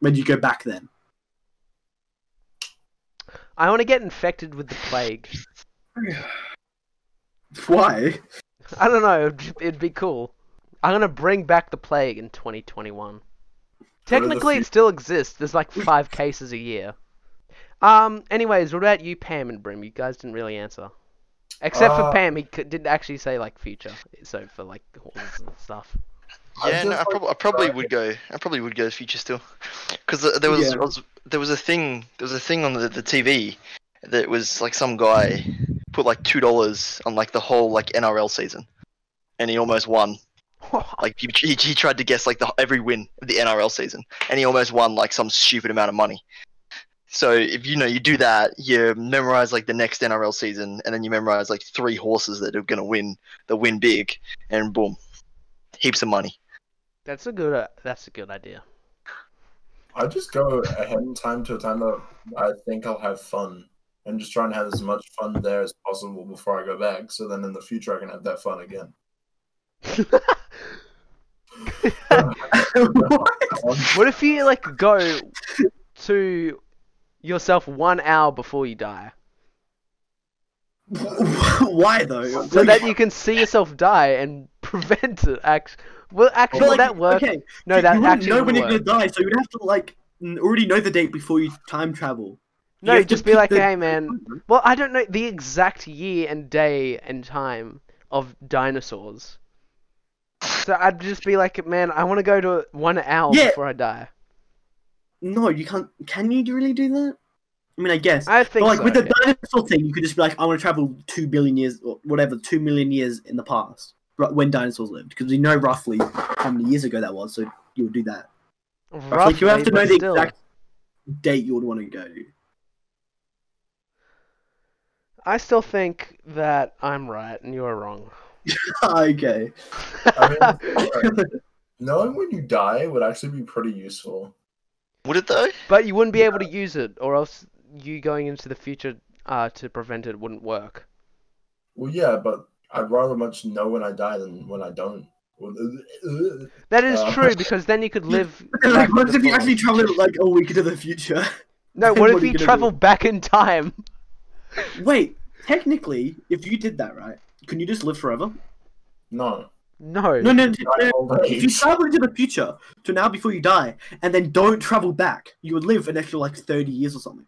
B: When you go back then.
A: I want to get infected with the plague.
B: Why?
A: I don't know. it'd- It'd be cool. I'm gonna bring back the plague in 2021. Technically,
C: few-
A: it still exists. There's like five cases a year. Um. Anyways, what about you, Pam and Brim? You guys didn't really answer, except
C: Uh,
A: for Pam. He c- didn't actually say like future. So for like horns and stuff.
C: I
D: Yeah, no,
C: just
D: I, prob- I
C: like-
B: uh,
D: probably would go. I probably would go future still, because there was,
B: Yeah.
D: was- there was a thing there was a thing on the, the TV that was like some guy put like two dollars on like the whole like NRL season, and he almost won. Like he, he, he tried to guess like the every win of the NRL season, and he almost won like some stupid amount of money. So if you know you do that, you memorize like the next NRL season, and then you memorize like three horses that are gonna win, that win big, and boom, heaps of money.
A: That's a good. Uh, that's a good idea.
C: I just go ahead in time to a time that I think I'll have fun and just try and have as much fun there as possible before I go back. So then in the future I can have that fun again.
A: What if you like go to yourself one hour before you die,
B: Why though?
A: so that you can see yourself die and prevent it? Act. Well, actually,
B: But,
A: will that work?
B: Okay,
A: No,
B: you-
A: that
B: you wouldn't
A: actually
B: know when
A: wouldn't
B: you're
A: work.
B: gonna die, so you'd have to like n- already know the date before you time travel. You
A: No,
B: have to
A: just be
B: pick
A: like,
B: the-
A: hey man. Well, I don't know the exact year and day and time of dinosaurs. So I'd just be like, man, I want to go to one hour
B: Yeah.
A: before I die.
B: No, you can't. Can you really do that? I mean, I guess.
A: I think
B: but like
A: so.
B: with the
A: yeah.
B: dinosaur thing, you could just be like, I want to travel two billion years or whatever, two million years in the past, right, when dinosaurs lived, because we know roughly how many years ago that was. So you would do that.
A: Roughly,
B: like you have to know
A: but
B: the
A: still.
B: exact date you would want to go.
A: I still think that I'm right and you're wrong.
B: okay.
C: I mean, alright, knowing when you die would actually be pretty useful.
D: Would it though?
A: But you wouldn't be able to use it, or else you going into the future uh, to prevent it wouldn't work.
C: Well, yeah, but I'd rather much know when I die than when I don't. Well,
A: That is
C: Uh,
A: true because then you could live.
B: Like,
A: back
B: what
A: to the
B: if you
A: full.
B: actually travel like a week into the future?
A: No, what
B: then what
A: if
B: are
A: you
B: you gonna
A: travel back in time?
B: Wait, technically, if you did that, right? Can you just live forever?
C: no.
A: No.
B: No, no, no. no.
C: Not old
B: If you
C: age.
B: travel into the future to now before you die, and then don't travel back, you would live an extra like thirty years or something.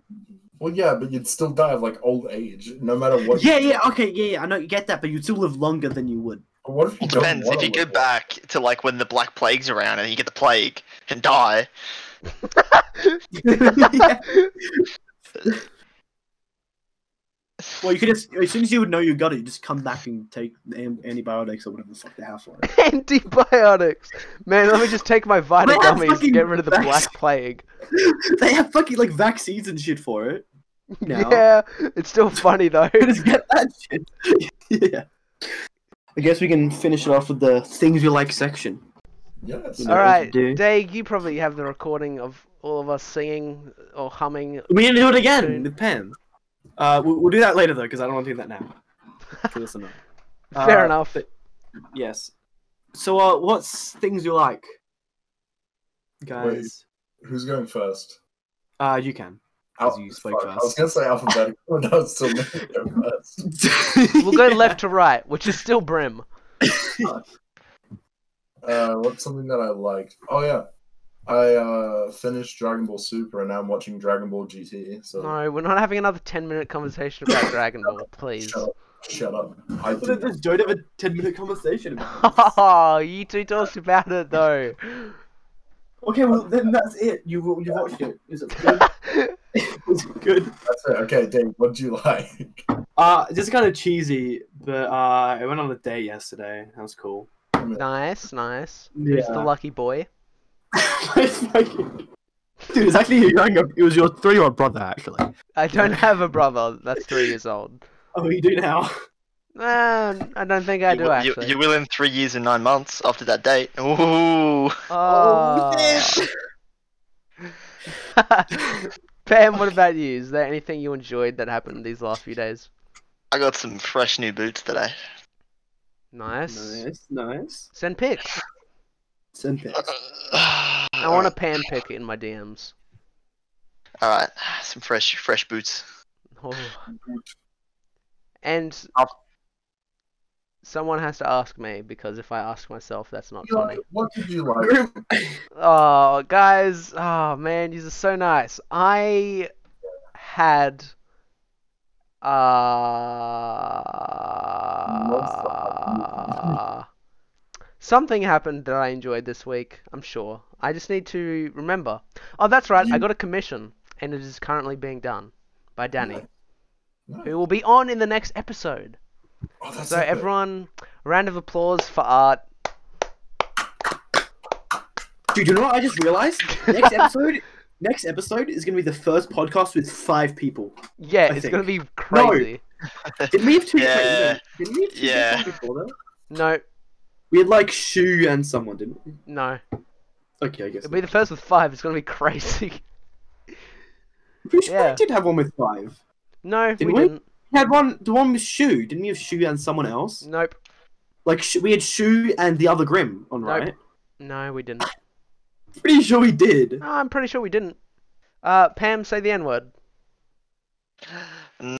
C: Well, yeah, but you'd still die of like old age, no matter what.
B: Yeah, yeah, okay, yeah, yeah. I know you get that, but you'd still live longer than you would.
C: But what if you
D: It
C: don't
D: depends. If
C: wanna
D: you go
C: live
D: back to like when the Black Plague's around and you get the plague and die,
B: Yeah. Well, you could just as soon as you would know you got it, you just come back and take the an- antibiotics or whatever the fuck they have for it.
A: Antibiotics. Man, let me just take my Vita
B: have
A: gummies and
B: fucking
A: get rid of the
B: vax-
A: black plague.
B: they have fucking like vaccines and shit for it. No.
A: Yeah, it's still funny though.
B: You just get that shit. yeah. I guess we can finish it off with the things you like section.
C: with- Yes.
B: You know,
A: All right,
B: do.
A: Dag, you probably have the recording of all of us singing or humming.
B: We need to do it again
A: Soon.
B: with Pam. Uh, we'll, we'll do that later though, because I don't want to do that now. For this or not.
A: Fair
B: Uh,
A: enough.
B: Yes. So, uh, what's things you like, guys?
C: Who's going first?
B: Uh, you can.
C: Al-
B: Because you spoke
C: fuck, I was
B: fast.
C: gonna say alphabetical, but I was still making it go first.
A: We'll go left to right, which is still Brim.
C: Uh, what's something that I liked? Oh yeah, I uh, finished Dragon Ball Super and now I'm watching Dragon Ball GT. So
A: No, we're not having another 10 minute conversation about Dragon Ball, please.
C: shut up, shut up. I
B: But I
C: did.
B: just don't have a ten-minute conversation. About this.
A: Oh, you two talked about it though.
B: okay, well then that's it. You you watched it. Is it good? Was it good?
C: That's it. Okay, Dave, what do you like?
B: Uh, just kind of cheesy, but uh, I went on a date yesterday. That was cool.
A: nice, nice. Who's the lucky boy?
B: Dude, it's actually your younger. It was your three-year-old brother, actually.
A: I don't have a brother that's three years old.
B: Oh, you do now.
A: Uh, I don't think I
D: you,
A: do
D: will- you,
A: actually.
D: you will in three years and nine months after that date. Ooh.
A: Oh. Pam, what about you? Is there anything you enjoyed that happened these last few days?
D: I got some fresh new boots today.
A: Nice.
B: Nice, nice.
A: Send pics.
B: Send pics.
D: I
A: I want a Pam pic in my DMs.
D: All right, some fresh, fresh boots.
A: Oh. And
D: I'll-
A: someone has to ask me because if I ask myself, that's not funny.
C: What did you like?
B: Grim-
A: Oh, guys. Oh, man. These are so nice. I had. Uh, something happened that I enjoyed this week, I'm sure. I just need to remember. Oh, that's right. I got a commission, and it is currently being done by Danny, who will be on in the next episode.
C: Oh, that's
A: So,
C: epic.
A: everyone, round of applause for art.
B: Dude, you know what I just realized? Next episode, next episode is gonna be the first podcast with five people.
A: Yeah,
B: I
A: it's going to be
B: No.
A: crazy.
B: Didn't we have two? wait,
D: Yeah.
B: no, Didn't we have two
D: Yeah.
B: people before that?
A: No,
B: We had like Shu and someone, didn't we?
A: no.
B: Okay, I guess.
A: It'll be the first with five. It's going to be crazy.
B: I'm pretty sure
A: yeah.
B: we did have one with five.
A: No,
B: Did
A: we,
B: we?
A: didn't.
B: We had one. The one with Shu. Didn't we have Shu and someone else?
A: Nope.
B: Like Shu- we had Shu and the other Grim on,
A: Nope.
B: right?
A: No, we didn't.
B: Pretty sure we did.
A: No, I'm pretty sure we didn't. Uh, Pam, say the N word.